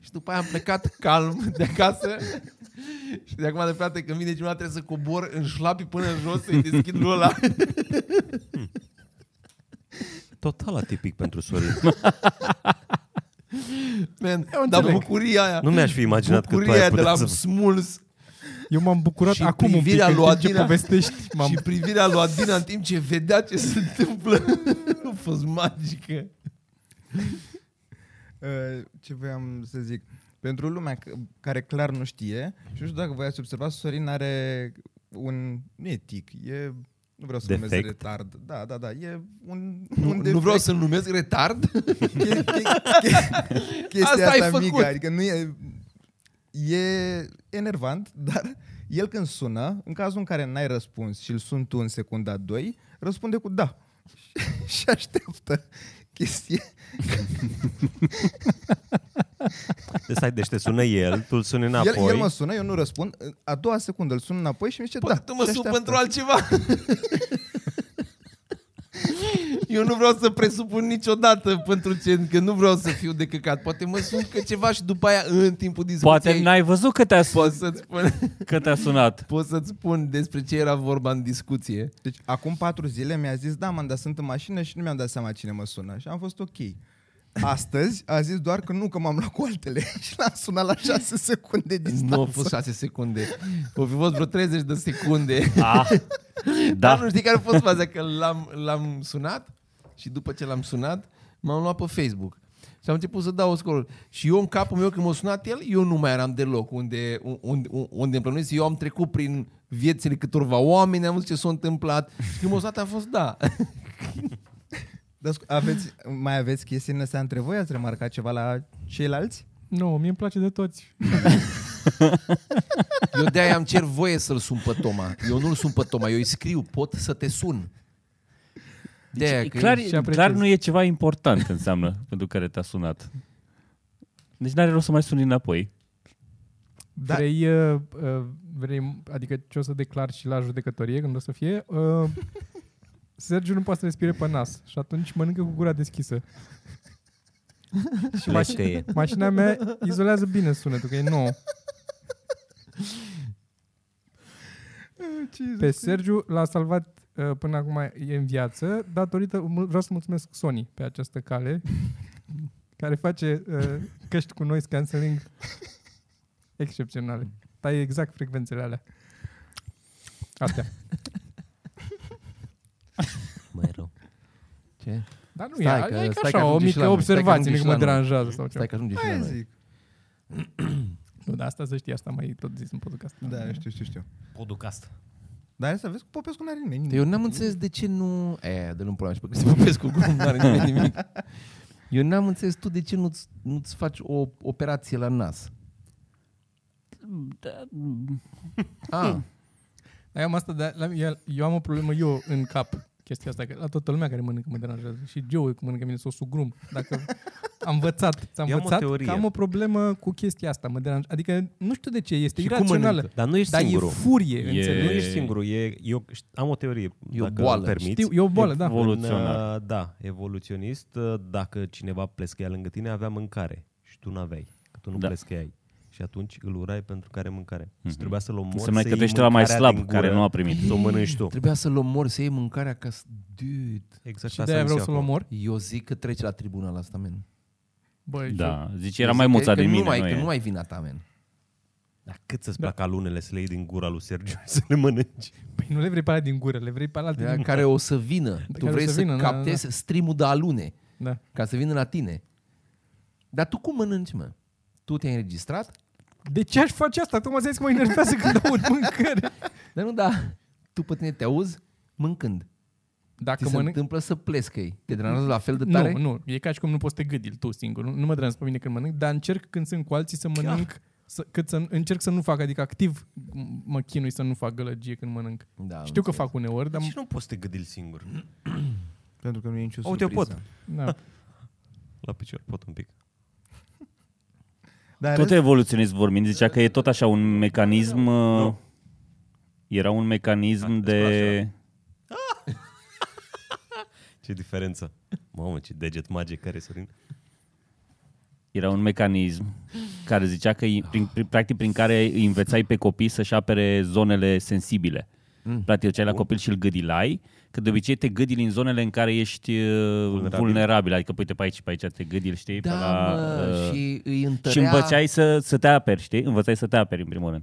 Speaker 2: Și după aia am plecat calm de acasă și de acum de frate, când vine cineva trebuie să cobor în șlapi până în jos să-i deschid lui ăla.
Speaker 3: Total atipic pentru Sorin.
Speaker 2: Man, dar bucuria aia,
Speaker 3: Nu mi-aș fi imaginat că tu
Speaker 2: bucuria aia
Speaker 3: ai
Speaker 2: de la
Speaker 3: putea
Speaker 2: să...
Speaker 3: să...
Speaker 2: smuls
Speaker 1: Eu m-am bucurat
Speaker 2: Și
Speaker 1: acum un pic
Speaker 2: privirea
Speaker 1: în
Speaker 2: lui
Speaker 1: timp ce
Speaker 2: Adina.
Speaker 1: povestești.
Speaker 2: și
Speaker 1: M-am...
Speaker 2: privirea lui Adina în timp ce vedea ce se întâmplă. <laughs> A fost magică.
Speaker 4: Uh, ce voiam să zic? Pentru lumea c- care clar nu știe, și nu știu dacă voi ați observat, Sorin are un... nu e tic, e... Nu vreau să
Speaker 3: Defect.
Speaker 4: numesc retard. Da, da, da, e un...
Speaker 2: Nu,
Speaker 4: un
Speaker 2: nu
Speaker 4: defect.
Speaker 2: vreau să-l numesc retard.
Speaker 4: Che- che-
Speaker 2: <laughs>
Speaker 4: che- Chestia
Speaker 2: Asta ai
Speaker 4: asta, mică,
Speaker 2: făcut.
Speaker 4: adică nu e... E enervant, <laughs> dar El când sună, în cazul în care n-ai răspuns și îl sun tu în secunda 2, răspunde cu da. <laughs> și așteaptă chestie.
Speaker 3: Deci stai, deci te sună el, tu îl suni înapoi.
Speaker 4: El, el mă sună, eu nu răspund. A doua secundă îl sun înapoi și mi zice
Speaker 2: Bă,
Speaker 4: da.
Speaker 2: Păi, tu mă
Speaker 4: și
Speaker 2: sun
Speaker 4: așteaptă.
Speaker 2: pentru altceva. <laughs> Eu nu vreau să presupun niciodată pentru ce, că nu vreau să fiu de căcat. Poate mă sun că ceva și după aia în timpul discuției.
Speaker 5: Poate n-ai văzut că te-a, <laughs>
Speaker 2: Pot să-ți spun,
Speaker 5: că te-a sunat.
Speaker 2: pot să-ți spun despre ce era vorba în discuție.
Speaker 4: Deci acum patru zile mi-a zis, da, man, dar sunt în mașină și nu mi-am dat seama cine mă sună. Și am fost ok. Astăzi a zis doar că nu, că m-am luat cu altele <laughs> și l-am sunat la șase secunde distanță.
Speaker 2: Nu au fost 6 secunde. Au fi fost vreo 30 de secunde.
Speaker 5: Ah,
Speaker 2: Dar
Speaker 5: da.
Speaker 2: nu știi care a fost faza, că l-am, l-am sunat și după ce l-am sunat, m-am luat pe Facebook. Și am început să dau scroll. Și eu în capul meu, când m-a sunat el, eu nu mai eram deloc unde, unde, unde îmi plănuiesc. Eu am trecut prin viețile câtorva oameni, am văzut ce s-a întâmplat. Și când m-a sunat, a fost da.
Speaker 4: Dar scu- aveți, mai aveți chestii în astea între voi? Ați remarcat ceva la ceilalți?
Speaker 1: Nu, mie îmi place de toți.
Speaker 2: Eu de-aia îmi cer voie să-l sun pe Toma. Eu nu-l sun pe Toma, eu îi scriu, pot să te sun. De-aia că
Speaker 5: Deci, Clar,
Speaker 1: și
Speaker 5: clar
Speaker 1: apreciez.
Speaker 5: nu e ceva important înseamnă <laughs> pentru care te-a sunat. Deci n-are rost să mai suni înapoi.
Speaker 1: Da. Vrei, uh, uh, vrei, adică ce o să declar și la judecătorie când o să fie, uh, Sergiu nu poate să respire pe nas și atunci mănâncă cu gura deschisă. și mașina, mașina mea izolează bine sunetul, că e nouă. Pe Sergiu l-a salvat uh, până acum e în viață, datorită, mul- vreau să mulțumesc Sony pe această cale, care face uh, căști cu noise cancelling excepționale. Tai exact frecvențele alea. Astea.
Speaker 3: Mai rău.
Speaker 2: Ce?
Speaker 1: Dar nu
Speaker 2: Stai
Speaker 1: e,
Speaker 2: că-
Speaker 1: că, e ca
Speaker 2: stai că
Speaker 1: așa o
Speaker 2: ajunge și la
Speaker 1: mică
Speaker 2: noi,
Speaker 1: observație,
Speaker 2: stai că ajunge
Speaker 1: nu
Speaker 2: și
Speaker 1: că mă deranjeze
Speaker 2: la noi.
Speaker 1: sau ceva.
Speaker 2: Stai că ajunge și la
Speaker 4: Aia
Speaker 2: Da, noi.
Speaker 4: zic.
Speaker 1: Nu, dar asta să știi, asta mai tot zis în podcast.
Speaker 4: Da, eu știu, știu, știu.
Speaker 3: Podcast.
Speaker 4: Dar hai să vezi că Popescu n-are nimeni.
Speaker 2: Eu n-am înțeles de ce nu... E, de nu pula mea și pe Cristi Popescu, cum nu are nimeni nimic. Eu n-am înțeles tu de ce nu-ți, nu-ți faci o operație la nas. A,
Speaker 1: Dar eu am asta, de, la, el- eu am o problemă eu în cap chestia asta, că la toată lumea care mănâncă mă deranjează. Și Joe când mănâncă mine sau sugrum. Dacă am învățat, ți-am
Speaker 3: Eu am o
Speaker 1: învățat
Speaker 3: teorie.
Speaker 1: că am o problemă cu chestia asta. Mă deranjează. Adică nu știu de ce, este
Speaker 2: Și cum
Speaker 1: irațională.
Speaker 2: mănâncă?
Speaker 3: Dar nu ești
Speaker 1: Dar e
Speaker 3: singurul.
Speaker 1: furie, înțelegi?
Speaker 3: nu ești singurul. E, eu șt- am o teorie,
Speaker 2: E o
Speaker 3: dacă
Speaker 2: boală.
Speaker 3: îmi permiți.
Speaker 1: Știu, e o boală, da.
Speaker 5: Evoluționar.
Speaker 3: În, uh, da, evoluționist. uh, Dacă cineva plescăia lângă tine, avea mâncare și tu n-aveai, că tu nu
Speaker 5: Da. Mhm.
Speaker 3: da. plescăiai. Și atunci îl urai pentru care mâncare. Mm-hmm. Și trebuia să-l omori,
Speaker 5: Înseamnă
Speaker 3: să
Speaker 5: că tu
Speaker 3: iei
Speaker 5: ești ăla mai
Speaker 3: mâncarea
Speaker 5: slab
Speaker 3: din gură,
Speaker 5: care nu a primit.
Speaker 3: Să o mănânci tu.
Speaker 2: trebuia să-l omor, să iei mâncarea ca să... Dude.
Speaker 3: Exact
Speaker 1: Și
Speaker 3: asta
Speaker 1: de-aia
Speaker 3: am
Speaker 1: vreau
Speaker 3: zis
Speaker 1: să-l
Speaker 3: eu acum.
Speaker 1: omor.
Speaker 2: Eu zic că treci la tribunal asta, men.
Speaker 1: Băi, Joe,
Speaker 5: Da, zice, era
Speaker 2: Păi Eu
Speaker 5: mai
Speaker 2: zic că-
Speaker 5: muța
Speaker 2: că
Speaker 5: din
Speaker 2: nu
Speaker 5: mine.
Speaker 2: Mai,
Speaker 5: nu
Speaker 2: că
Speaker 5: e.
Speaker 2: nu mai vina ta, men.
Speaker 3: Dar cât să-ți placă alunele să le iei din gura lui Sergiu și să le mănânci?
Speaker 1: Păi nu le vrei pe alea din gură, le vrei pe alea
Speaker 2: De
Speaker 3: Da.
Speaker 1: din...
Speaker 2: care o să vină. Tu
Speaker 1: care o
Speaker 2: vrei
Speaker 1: să
Speaker 2: să,
Speaker 1: vină, da,
Speaker 2: captezi streamul de alune
Speaker 1: Da.
Speaker 2: ca să vină la tine. Dar tu cum mănânci, mă? Tu te-ai înregistrat?
Speaker 1: De ce aș face asta? Tocmai zis că mă enervează când aud mâncări.
Speaker 2: Dar nu, da. Tu pe tine te auzi mâncând.
Speaker 1: Dacă
Speaker 2: Ți se
Speaker 1: mănânc...
Speaker 2: întâmplă să plescăi. Te drenează la fel de tare?
Speaker 1: Nu, nu, e ca și cum nu poți să te gâdil tu singur. Nu, nu mă deranjează pe mine când mănânc, dar încerc când sunt cu alții să mănânc, să, cât să, încerc să nu fac, adică activ m- mă chinui să nu fac gălăgie când mănânc.
Speaker 2: Da,
Speaker 1: Știu că fac uneori, dar...
Speaker 3: Și nu poți să te gâdil singur.
Speaker 4: Pentru că nu e nicio
Speaker 3: Uite, eu
Speaker 4: surpriză.
Speaker 3: pot.
Speaker 2: Deci-
Speaker 1: Da.
Speaker 3: La picior pot un pic.
Speaker 4: Dar
Speaker 5: Tot
Speaker 4: rest-
Speaker 5: evoluționist vorbind, zicea că e tot așa un mecanism... uh, Era un mecanism de...
Speaker 3: Ce diferență. Mamă, ce deget magic care e Sorin.
Speaker 2: da.
Speaker 5: Era un mecanism care zicea că, îi- prin, prin, practic, prin care îi învețai pe copii să-și apere zonele sensibile. Mm. Practic, duceai la copil și îl gâdilai, că de obicei te gâdili în zonele în care ești vulnerabil. vulnerabil. Adică, uite, pe aici, pe aici te gâdil, știi?
Speaker 2: Da,
Speaker 5: pe la,
Speaker 2: mă,
Speaker 5: uh,
Speaker 2: și îi întărea...
Speaker 5: și învățai să, să te aperi, știi? Învățai să te aperi, în primul rând.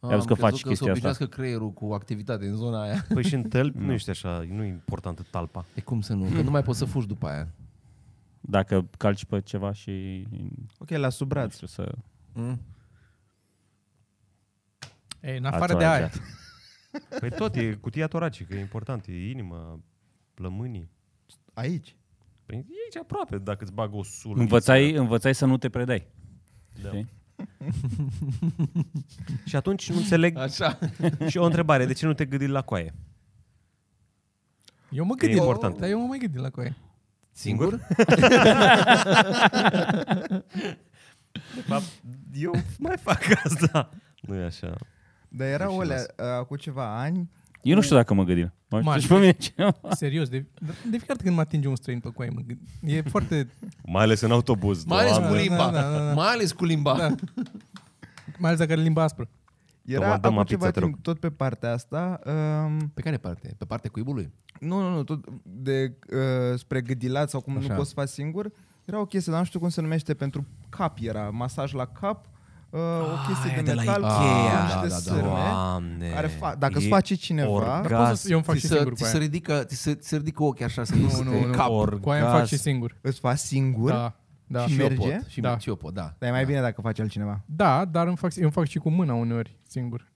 Speaker 2: Am
Speaker 5: Ai văzut că
Speaker 2: crezut
Speaker 5: faci
Speaker 2: o să
Speaker 5: chestia asta.
Speaker 2: obișnuiască creierul cu activitate în zona aia.
Speaker 3: Păi și în
Speaker 5: Da.
Speaker 3: tălpi nu ești așa, nu e importantă talpa.
Speaker 2: E cum să nu? Că nu mai poți să fugi după aia.
Speaker 5: Dacă calci pe ceva și...
Speaker 4: Ok, la sub
Speaker 5: Nu
Speaker 4: braț.
Speaker 5: știu, să...
Speaker 1: Ei, în afară
Speaker 5: Ați
Speaker 1: de aia.
Speaker 5: oranjat.
Speaker 3: Păi tot, e cutia toracică, e important, e inima, plămânii.
Speaker 4: Aici.
Speaker 3: Păi e aici aproape, dacă îți bag o sulă.
Speaker 5: Învățai, învățai să nu te predai.
Speaker 3: Da.
Speaker 5: Știi?
Speaker 3: Și atunci nu înțeleg
Speaker 2: Așa.
Speaker 3: și o întrebare, de ce nu te gândi la coaie?
Speaker 1: Eu mă gândesc.
Speaker 3: important.
Speaker 1: Dar eu mă mai gândesc la coaie.
Speaker 2: Singur?
Speaker 3: De fapt, eu mai fac asta. Nu e așa.
Speaker 4: Dar erau
Speaker 3: Rușinos.
Speaker 4: alea uh, cu ceva ani.
Speaker 5: Eu nu știu dacă mă gândim. Mă
Speaker 1: Mari.
Speaker 5: știu și pe mine ce...
Speaker 2: Ah.
Speaker 1: Serios, de, de fiecare dată când mă atinge un străin pe coaie, mă gândesc. E foarte...
Speaker 3: Mai ales în autobuz.
Speaker 2: Mai ales cu
Speaker 1: da, da,
Speaker 2: limba.
Speaker 1: da, da.
Speaker 2: Mai ales cu limba.
Speaker 1: Da. Mai ales dacă are limba aspră.
Speaker 4: Era
Speaker 3: Toma, dă-mă
Speaker 4: acum
Speaker 3: pizza,
Speaker 4: ceva
Speaker 3: te rog.
Speaker 4: timp, tot pe partea asta. Um,
Speaker 2: Pe care parte? Pe partea cuibului?
Speaker 4: nu, nu, nu, tot de, uh, spre gâdilat sau cum
Speaker 2: Așa.
Speaker 4: nu poți să faci singur. Era o chestie, dar nu știu cum se numește, pentru cap era, masaj la cap. Uh, o
Speaker 3: Ah,
Speaker 4: chestie de metal cu niște sârme.
Speaker 3: Doamne.
Speaker 4: Care fa- dacă îți
Speaker 3: E
Speaker 4: face cineva-
Speaker 3: orgasm.
Speaker 1: Dar poți să, eu îmi fac
Speaker 2: Ți
Speaker 1: și
Speaker 2: se,
Speaker 1: singur
Speaker 2: ți
Speaker 1: cu
Speaker 2: se
Speaker 1: aia.
Speaker 2: ridică, ți se, ți se ridică ochii așa, să nu, nu, nu, cap.
Speaker 3: Orgasm.
Speaker 1: Cu aia îmi fac și singur.
Speaker 4: Îți faci singur?
Speaker 1: Da, da.
Speaker 4: Și
Speaker 2: Și eu
Speaker 4: merge?
Speaker 2: pot. Și,
Speaker 1: Da.
Speaker 2: și eu pot, da.
Speaker 4: Dar e mai bine dacă face altcineva.
Speaker 1: Da, dar îmi fac, eu îmi fac și cu mâna uneori singur.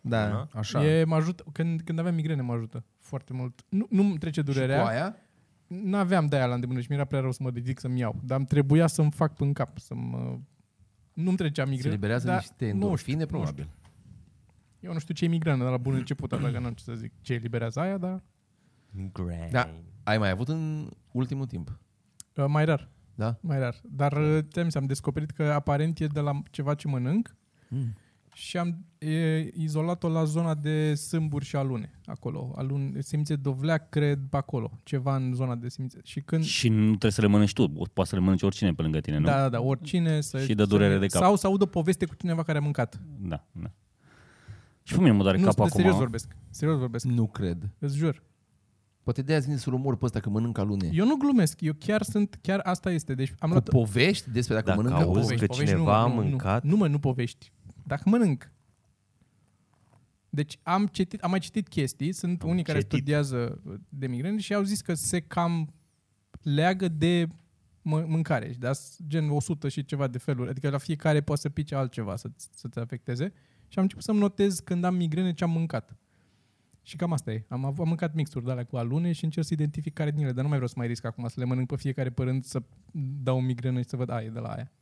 Speaker 4: Da.
Speaker 3: Da.
Speaker 2: Așa.
Speaker 1: E, mă ajută, când, când aveam migrene mă ajută foarte mult. Nu, nu-mi trece
Speaker 2: Și cu
Speaker 1: durerea.
Speaker 2: aia?
Speaker 1: N-aveam de aia la îndemână și mi-era prea rău să mă ridic să-mi iau. Dar îmi trebuia să-mi fac până în cap. Să mă... Nu-mi trecea
Speaker 2: Se
Speaker 1: migrene.
Speaker 2: liberează
Speaker 1: dar
Speaker 2: niște
Speaker 1: Da. nu știu.
Speaker 2: endorfine,
Speaker 1: știu.
Speaker 2: probabil.
Speaker 1: Eu nu știu ce e migrenă, dar la bun început, așa că n-am ce să zic. Ce eliberează aia, dar
Speaker 3: Great.
Speaker 2: Da. Ai mai avut în ultimul timp?
Speaker 1: uh, mai rar.
Speaker 2: Da?
Speaker 1: Mai rar. Dar ți am descoperit că aparent e de la ceva ce mănânc
Speaker 5: Mm.
Speaker 1: și am e, izolat-o la zona de sâmburi și alune, acolo. Alun, simțe dovleac, cred, pe acolo. Ceva în zona de simțe. Și când...
Speaker 5: Și nu trebuie să le mănânci tu, o- poți să le mănânci oricine pe lângă tine, nu?
Speaker 1: Da, da, da, oricine să...
Speaker 5: Și dă durere de cap.
Speaker 1: Sau să aud o poveste cu cineva care a mâncat.
Speaker 5: da, da. Și pe mine mă doare
Speaker 1: nu,
Speaker 5: capul
Speaker 1: de
Speaker 5: acum. Mm.
Speaker 1: serios vorbesc. Serios vorbesc.
Speaker 2: Nu cred.
Speaker 1: Îți jur.
Speaker 2: Poate de-aia ți să umor pe ăsta că mănâncă alune.
Speaker 1: Eu nu glumesc. Eu chiar sunt... Chiar asta este. Deci am
Speaker 2: Cu
Speaker 1: luat...
Speaker 2: povești despre dacă
Speaker 3: Dacă
Speaker 2: mănâncă
Speaker 1: Nu,
Speaker 3: auzi
Speaker 2: alune.
Speaker 3: că cineva a mâncat?
Speaker 1: Nu, nu, mă, nu povești. Dacă mănânc. Deci am, citit, am mai citit chestii, sunt
Speaker 3: Am
Speaker 1: unii care
Speaker 3: citit.
Speaker 1: studiază uh, de migrene și au zis că se cam leagă de mă- mâncare, dar s- gen 100 și ceva de feluri, adică la fiecare poate să pice altceva să, să te afecteze și am început să-mi notez când am migrene ce am mâncat. Și cam asta e. Am, av- am mâncat mixuri de alea cu alune și încerc să identific care din ele, dar nu mai vreau să mai risc acum să le mănânc pe fiecare părând, să dau migrenă și să văd, a, e de la aia.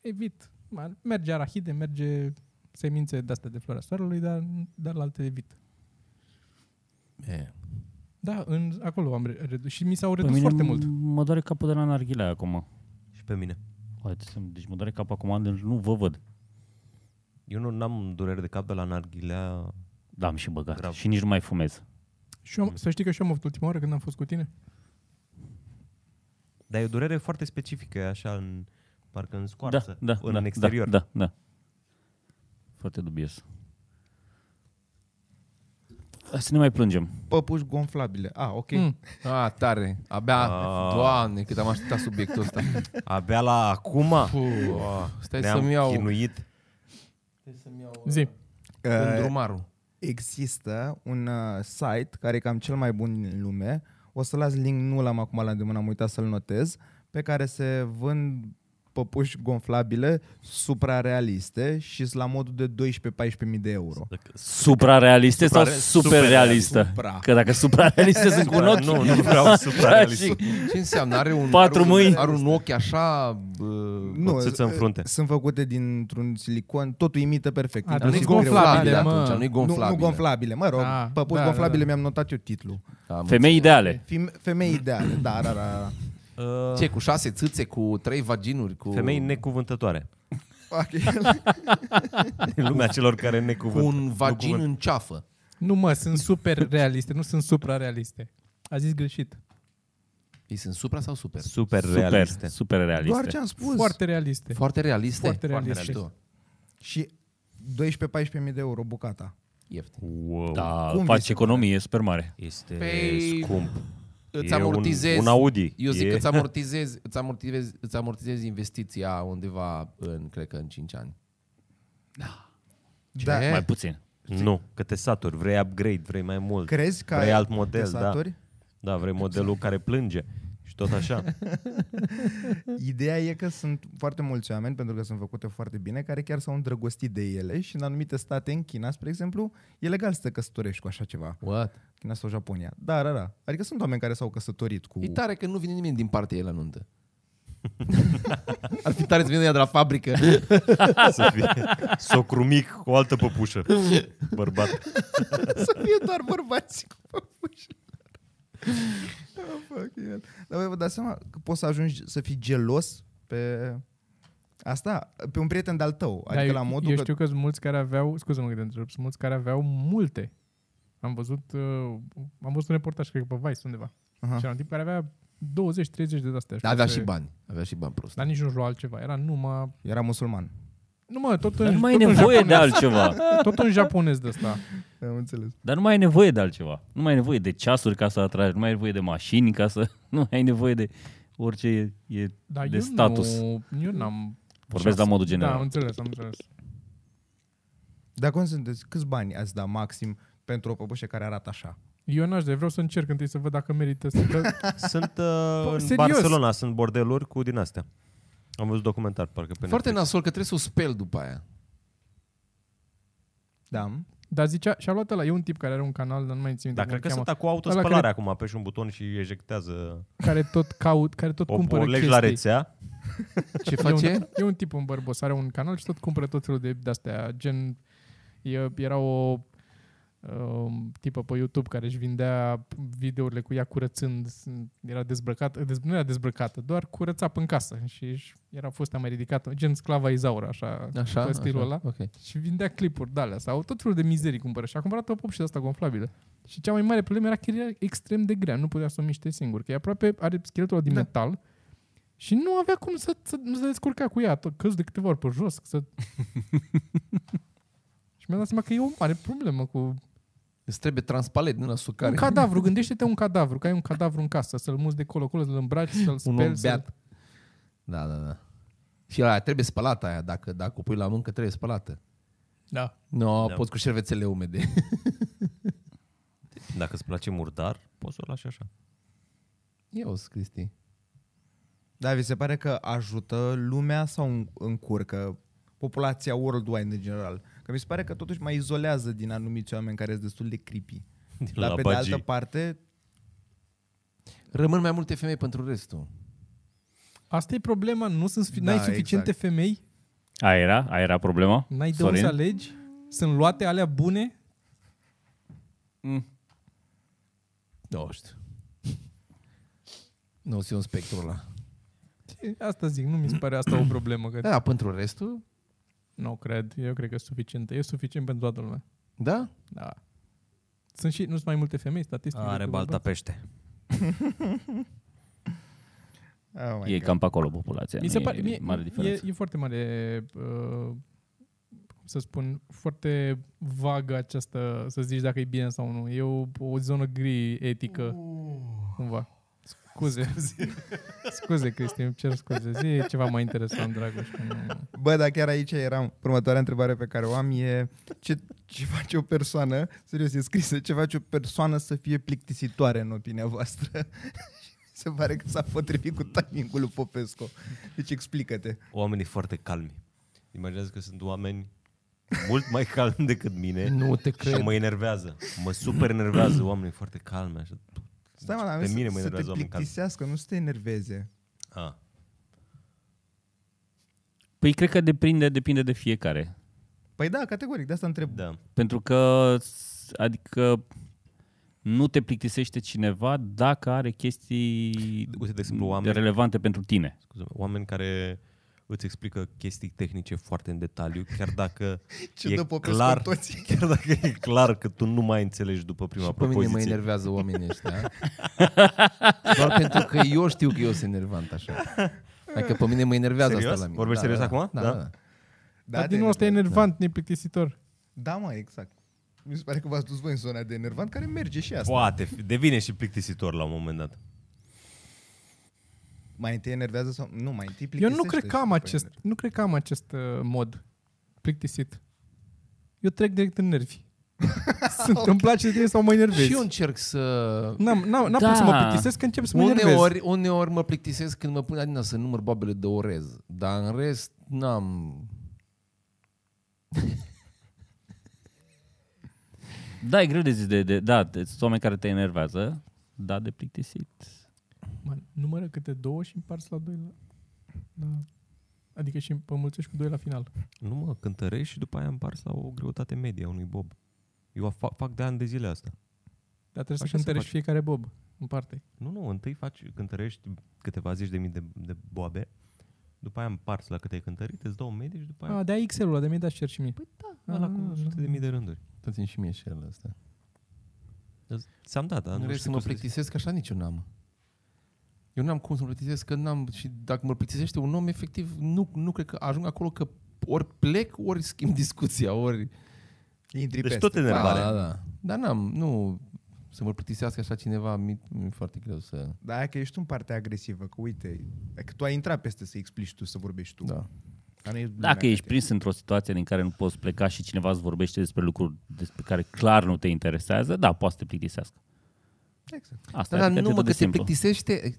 Speaker 1: Evit. Mai- Merge arahide, merge semințe de-astea de floarea soarelui, dar, dar la alte evit.
Speaker 2: E.
Speaker 1: Da, în, acolo am re- redus și mi s-au
Speaker 5: Pe
Speaker 1: redus
Speaker 5: mine
Speaker 1: foarte
Speaker 5: m-
Speaker 1: mult.
Speaker 5: Mă doare capul de la narghilea acum.
Speaker 3: Și pe mine.
Speaker 5: Haideți să- Deci mă doare capul acum, deci nu vă văd.
Speaker 3: Eu nu am durere de cap de la narghilea.
Speaker 5: Da, am și băgat.
Speaker 3: Grav.
Speaker 5: Și nici nu mai fumez.
Speaker 1: Și eu, am- să știi că și eu am avut ultima oară când am fost cu tine.
Speaker 3: Dar e o durere foarte specifică, e așa, în, parcă în
Speaker 5: Da,
Speaker 3: scoarță,
Speaker 5: da,
Speaker 3: în
Speaker 5: da,
Speaker 3: exterior.
Speaker 5: Da, da, da. Foarte dubios. Hai Să ne mai plângem.
Speaker 4: Păpuși gonflabile. Ah, ok. Mm.
Speaker 1: Mm.
Speaker 2: A, tare. Abia,
Speaker 3: Ah.
Speaker 2: doamne, cât am așteptat subiectul ăsta.
Speaker 5: da.
Speaker 3: Abia la acum
Speaker 2: Puh, stai
Speaker 3: ne-am
Speaker 2: să-mi iau
Speaker 3: chinuit.
Speaker 1: Zi.
Speaker 2: îndrumarul.
Speaker 4: Uh, Există un uh, site care e cam cel mai bun din lume. O să las link, nu l-am acum la îndemână, am uitat să-l notez, pe care se vând păpuși gonflabile suprarealiste și sunt la modul de 12-14.000 de euro.
Speaker 5: Suprarealiste sau
Speaker 3: Supra-
Speaker 5: superrealistă?
Speaker 4: supra.
Speaker 5: Că dacă suprarealiste sunt cu un ochi...
Speaker 3: <laughs> Nu, nu vreau suprarealist.
Speaker 2: Ce înseamnă? Are un, are,
Speaker 5: Patru
Speaker 2: un-
Speaker 5: mâini.
Speaker 2: are un ochi așa... Bă,
Speaker 3: Nu, o țâță în
Speaker 4: uh,
Speaker 3: frunte.
Speaker 4: sunt făcute dintr-un silicon, totul imită perfect.
Speaker 1: A,
Speaker 4: Adică
Speaker 1: deci
Speaker 4: nu-i
Speaker 1: sunt
Speaker 4: greu.
Speaker 1: gonflabile,
Speaker 2: gonflabile
Speaker 1: mă.
Speaker 2: atunci, nu-i gonflabile.
Speaker 4: Nu, nu gonflabile, mă rog,
Speaker 1: Ah,
Speaker 4: ah, păpuși
Speaker 1: da,
Speaker 4: da,
Speaker 1: da,
Speaker 4: gonflabile,
Speaker 1: da.
Speaker 4: mi-am notat eu titlul.
Speaker 2: Am-
Speaker 5: Femei ideale.
Speaker 4: Fem- Femei ideale, da, da, da. da.
Speaker 2: Ce, cu șase țâțe, cu trei vaginuri, cu...
Speaker 3: Femei necuvântătoare.
Speaker 4: Ok.
Speaker 3: <laughs> Lumea celor care
Speaker 2: cu
Speaker 3: necuvânt.
Speaker 2: un vagin
Speaker 3: nu
Speaker 2: în ceafă.
Speaker 1: Nu mă, sunt super realiste, nu sunt suprarealiste. A zis greșit.
Speaker 2: Ei sunt supra sau super?
Speaker 3: Super
Speaker 5: Super,
Speaker 3: realiste.
Speaker 4: Doar
Speaker 5: superrealiste.
Speaker 4: ce am spus.
Speaker 1: Foarte realiste.
Speaker 2: Foarte realiste?
Speaker 1: Foarte realiste.
Speaker 2: mișto.
Speaker 4: Și 12-14.000 de euro bucata.
Speaker 2: Ieftin.
Speaker 3: Wow.
Speaker 5: Da,
Speaker 4: Cum vi
Speaker 5: faci
Speaker 4: se
Speaker 5: economie super mare.
Speaker 3: Este
Speaker 2: Păi,
Speaker 3: scump.
Speaker 2: Îți
Speaker 3: E un-
Speaker 2: amortizezi.
Speaker 3: un Audi.
Speaker 2: Eu zic
Speaker 3: E-
Speaker 2: că îți amortizezi, îți, amortizezi, îți amortizezi investiția undeva în, cred că, în 5 ani.
Speaker 4: Da.
Speaker 2: Ce?
Speaker 5: Mai puțin.
Speaker 3: Nu, că te saturi, vrei upgrade, vrei mai mult.
Speaker 4: Crezi că
Speaker 3: vrei
Speaker 4: ai
Speaker 3: alt model, da.
Speaker 4: desaturi?
Speaker 3: Da, vrei modelul care plânge și tot așa.
Speaker 4: Ideea e că sunt foarte mulți oameni, pentru că sunt făcute foarte bine, care chiar s-au îndrăgostit de ele și în anumite state, în China, spre exemplu, e legal să te căsătorești cu așa ceva.
Speaker 2: What?
Speaker 4: China sau Japonia. Da, da, da. Adică sunt oameni care s-au căsătorit cu...
Speaker 2: E tare că nu vine nimeni din partea ei la nuntă. <laughs> Ar fi tare să vină ea de la fabrică.
Speaker 3: Să fie socru mic cu o altă păpușă. Bărbat.
Speaker 4: Să fie doar bărbați cu păpuși. Oh, fuck, yeah. Dar voi vă dați seama că poți să ajungi să fii gelos pe asta, pe un prieten de-al tău. Adică
Speaker 1: Dar
Speaker 4: la
Speaker 1: Da, eu-
Speaker 4: modul
Speaker 1: eu
Speaker 4: că...
Speaker 1: știu că sunt mulți care aveau, scuze-mă că te întrerup, sunt mulți care aveau multe. Am văzut, uh, am văzut un reportaj, cred că pe Vice undeva.
Speaker 4: Aha.
Speaker 1: Și era un tip care avea 20-30 de astea.
Speaker 2: Dar avea
Speaker 1: știu
Speaker 2: și
Speaker 1: că-
Speaker 2: bani. Avea și bani prost.
Speaker 1: Dar nici nu-și lua altceva. Era numai...
Speaker 4: Era musulman.
Speaker 1: Numai
Speaker 4: Păi,
Speaker 1: tot
Speaker 5: Dar
Speaker 1: în,
Speaker 5: nu mai e
Speaker 1: tot, în
Speaker 5: nevoie de
Speaker 1: japonez,
Speaker 5: altceva.
Speaker 4: <laughs>
Speaker 1: tot în japonez de asta.
Speaker 4: Am înțeles.
Speaker 5: Dar nu mai ai nevoie de altceva. Nu mai ai nevoie de ceasuri ca să atragi, nu mai ai nevoie de mașini ca să... <laughs> Nu mai ai nevoie de orice e... e
Speaker 1: Dar
Speaker 5: De
Speaker 1: eu
Speaker 5: status.
Speaker 1: Nu, eu n-am...
Speaker 5: vorbesc la modul
Speaker 1: Da, am
Speaker 5: general.
Speaker 1: înțeles, am înțeles.
Speaker 4: Dar cum sunteți? Câți bani ați da maxim pentru o păpușă care arată așa?
Speaker 1: Eu n-aș de, vreau să încerc întâi să văd dacă merită să... Că,
Speaker 3: Sunt uh, în
Speaker 1: serios?
Speaker 3: Barcelona, sunt bordeluri cu din astea. Am văzut documentar, parcă pe
Speaker 2: Foarte
Speaker 3: Netflix.
Speaker 2: nasol că trebuie să o speli după aia.
Speaker 4: Da.
Speaker 1: dar zicea, și-a luat ăla, e un tip care are un canal, dar nu mai țin minte
Speaker 3: Da,
Speaker 1: cum
Speaker 3: cred că
Speaker 1: îl cheamă,
Speaker 3: sunt cu
Speaker 1: Ăla
Speaker 3: autospălare
Speaker 1: care-
Speaker 3: acum, apeși un buton și ejectează.
Speaker 1: care tot caut, care tot
Speaker 3: O,
Speaker 1: cumpără
Speaker 3: o legi
Speaker 1: chestii.
Speaker 3: la rețea.
Speaker 2: Ce
Speaker 1: E un,
Speaker 2: face?
Speaker 1: e un tip, un bărbos, are un canal și tot cumpără tot felul de de-astea, gen, e, era o um, tipă pe YouTube care își vindea videourile cu ea curățând, era dezbrăcată, dez, nu era dezbrăcată, doar curăța în casă și își- era fustă mai ridicată, gen sclava Izaura, așa,
Speaker 2: Așa,
Speaker 1: pe stilul
Speaker 2: așa.
Speaker 1: ăla.
Speaker 2: Okay.
Speaker 1: Și vindea clipuri de alea sau tot felul de mizerii cumpără. Și a cumpărat o pop și de asta gonflabilă. Și cea mai mare problemă era că era extrem de grea, nu putea să o miște singur, că e aproape are scheletul ăla din
Speaker 4: Da.
Speaker 1: da. metal și nu avea cum să, să nu se descurca cu ea, tot căz de câteva ori pe jos. <laughs> Să... și mi-am dat seama că e o mare problemă cu
Speaker 2: Îți trebuie transparent, nu la
Speaker 1: Care?
Speaker 2: sucare.
Speaker 1: un cadavru. Gândește-te un cadavru, că ai un cadavru în casă, să-l muți de colo-colo, să-l îmbraci, să-l
Speaker 2: un
Speaker 1: speli.
Speaker 2: om
Speaker 1: Să...
Speaker 2: beat. Da, da, da. Și aia trebuie spălată aia, dacă, dacă o pui la mâncă, trebuie spălată.
Speaker 1: Da.
Speaker 2: Nu, no,
Speaker 3: Da.
Speaker 2: poți cu șervețele umede. <laughs>
Speaker 3: Dacă îți place murdar, poți să o lași așa.
Speaker 2: Eu sunt Cristi.
Speaker 4: Da, vi se pare că ajută lumea sau în- încurcă populația worldwide în general? Că mi se pare că totuși mai izolează din anumiți oameni care sunt destul de creepy.
Speaker 3: Din
Speaker 4: Dar
Speaker 3: la
Speaker 4: pe de
Speaker 3: bagii.
Speaker 4: altă parte,
Speaker 2: Rămân mai multe femei pentru restul.
Speaker 1: Asta e problema, nu sunt, da,
Speaker 4: Da,
Speaker 1: n-ai suficiente
Speaker 4: exact.
Speaker 1: femei
Speaker 5: Aia era? Aia era problema?
Speaker 1: N-ai de unde
Speaker 5: Sorin?
Speaker 1: să alegi? Sunt luate alea bune?
Speaker 2: Nu știu. Nu, sunt eu un spectru ăla.
Speaker 1: Asta zic, nu mi se pare asta o problemă. Că...
Speaker 2: Da, da, pentru restul,
Speaker 1: Nu cred, eu cred că e suficient. E suficient pentru toată lumea.
Speaker 2: da?
Speaker 1: Da. Sunt și, nu sunt mai multe femei, statistic.
Speaker 3: Ah, Are
Speaker 1: decât
Speaker 3: balta
Speaker 1: bărbați.
Speaker 3: pește.
Speaker 4: oh
Speaker 5: E
Speaker 4: my God.
Speaker 5: cam pe acolo populația.
Speaker 1: Mi se pare,
Speaker 5: e
Speaker 1: mie,
Speaker 5: mare
Speaker 1: e,
Speaker 5: diferență.
Speaker 1: e, foarte mare, uh, cum să spun, foarte vagă această, să zici dacă e bine sau nu. E o, o zonă gri etică, cumva. Scuze. Scuze, scuze Cristi, îmi cer scuze. Zi ceva mai interesant, Dragoș. că Nu...
Speaker 4: Bă, dar chiar aici eram. Următoarea întrebare pe care o am e ce, ce face o persoană, serios e scrisă, ce face o persoană să fie plictisitoare în opinia voastră? <laughs> Și mi se pare că s-a potrivit cu timingul lui Popescu. Deci explică-te.
Speaker 3: Oamenii foarte calmi. Imaginează că sunt oameni mult mai <laughs> calmi decât mine.
Speaker 2: Nu te
Speaker 3: Și
Speaker 2: cred.
Speaker 3: mă enervează. Mă super enervează oamenii foarte calmi. Așa.
Speaker 4: Stai mă, dar
Speaker 3: Pe
Speaker 4: să,
Speaker 3: mine mă
Speaker 4: să te
Speaker 3: enervează oamenii calmi.
Speaker 4: plictisească, nu să te enerveze.
Speaker 3: Ah.
Speaker 5: Păi cred că depinde, depinde de fiecare.
Speaker 4: Păi da, categoric, de asta întreb. Da.
Speaker 3: Da.
Speaker 5: Pentru că, s- adică, nu te plictisește cineva dacă are chestii
Speaker 3: Uite, de exemplu, oameni,
Speaker 5: relevante pentru tine.
Speaker 3: scuze, oameni care îți explică chestii tehnice foarte în detaliu, chiar dacă
Speaker 4: <laughs> Ce
Speaker 3: e
Speaker 4: dă Popescu
Speaker 3: clar,
Speaker 4: în toți.
Speaker 3: <laughs> chiar dacă e clar că tu nu mai înțelegi după prima
Speaker 2: Și pe mine mă
Speaker 3: propoziție.
Speaker 2: enervează oamenii ăștia. Doar pentru că eu știu că eu sunt enervant așa. Adică pe mine mă enervează
Speaker 3: Serios?
Speaker 2: asta la mine.
Speaker 3: Vorbești serios acum?
Speaker 2: Da,
Speaker 3: Da.
Speaker 2: da. da.
Speaker 1: Da, Dar
Speaker 4: te
Speaker 1: din nou, asta e
Speaker 4: enervează.
Speaker 1: enervant, neplictisitor.
Speaker 4: Da, mă, exact. Mi se pare că v-ați dus voi în zona de enervant, care merge și asta.
Speaker 3: Poate, fi- devine și plictisitor la un moment dat.
Speaker 4: Mai întâi enervează sau... Nu, mai întâi
Speaker 1: Eu nu
Speaker 4: plictisește
Speaker 1: cred
Speaker 4: și
Speaker 1: că am
Speaker 4: după
Speaker 1: acest,
Speaker 4: enervează.
Speaker 1: nu cred că am acest uh, mod plictisit. Eu trec direct în
Speaker 2: <laughs>
Speaker 1: nervi. Sunt, okay. Îmi place de tine sau mă enervezi.
Speaker 2: Și eu încerc să
Speaker 1: N-am, n-am, n-am
Speaker 5: Da.
Speaker 1: putut să mă plictisesc că încep să mă enervez.
Speaker 2: Uneori, uneori mă plictisesc când mă pun Adina să număr boabele de orez, dar în rest n-am...
Speaker 5: Da, e greu de zis, de, de, da, de- sunt oameni care te enervează, da, de plictisit.
Speaker 1: Mă numără câte două și împărți la doi. La... Da. Adică și înmulțești cu 2 la final.
Speaker 3: Nu mă, cântărești și după aia împarți la o greutate medie a unui bob. Eu fac, fac de ani de zile asta.
Speaker 1: Dar trebuie
Speaker 3: Așa
Speaker 1: să
Speaker 3: se
Speaker 1: cântărești
Speaker 3: face.
Speaker 1: fiecare bob în parte.
Speaker 3: Nu, nu, întâi faci, cântărești câteva zeci de mii de, de boabe, după aia împarți la câte ai cântărit, îți dau o medie și după aia
Speaker 2: Da.
Speaker 1: Ah, de Excel-ul ăla, de mi-ai dat și cer și mie.
Speaker 2: Păi,
Speaker 3: ah, ăla cu
Speaker 1: ah,
Speaker 3: sute de mii de rânduri.
Speaker 2: Dați-mi și mie share ăsta.
Speaker 3: Ți-am dat, dar
Speaker 2: nu
Speaker 3: nu
Speaker 2: vreau să
Speaker 3: știu
Speaker 2: mă
Speaker 3: cum să zic.
Speaker 2: plictisesc, așa nici eu n-am. Eu n-am cum să mă plictisesc, că n-am, și dacă mă plictisește un om, efectiv, nu, nu cred că ajung acolo că ori plec, ori schimb discuția, ori...
Speaker 4: Intri
Speaker 3: Deci
Speaker 4: peste.
Speaker 3: tot enervare.
Speaker 2: Da, da, da. Dar n-am, nu, să mă plictisească așa cineva, mi, mi-e foarte greu să...
Speaker 4: Da, aia că ești în partea agresivă, că uite, că tu ai intrat peste să explici tu, să vorbești tu.
Speaker 2: Da.
Speaker 4: Dar nu e lumea
Speaker 5: Dacă ești
Speaker 4: ca
Speaker 5: prins într-o situație din care nu poți pleca și cineva îți vorbește despre lucruri despre care clar nu te interesează, da, poate să te plictisească.
Speaker 4: tine. Exact.
Speaker 5: Asta
Speaker 1: Da,
Speaker 2: Dar, dar
Speaker 5: e
Speaker 2: nu mă, că te
Speaker 5: simplu.
Speaker 2: plictisește,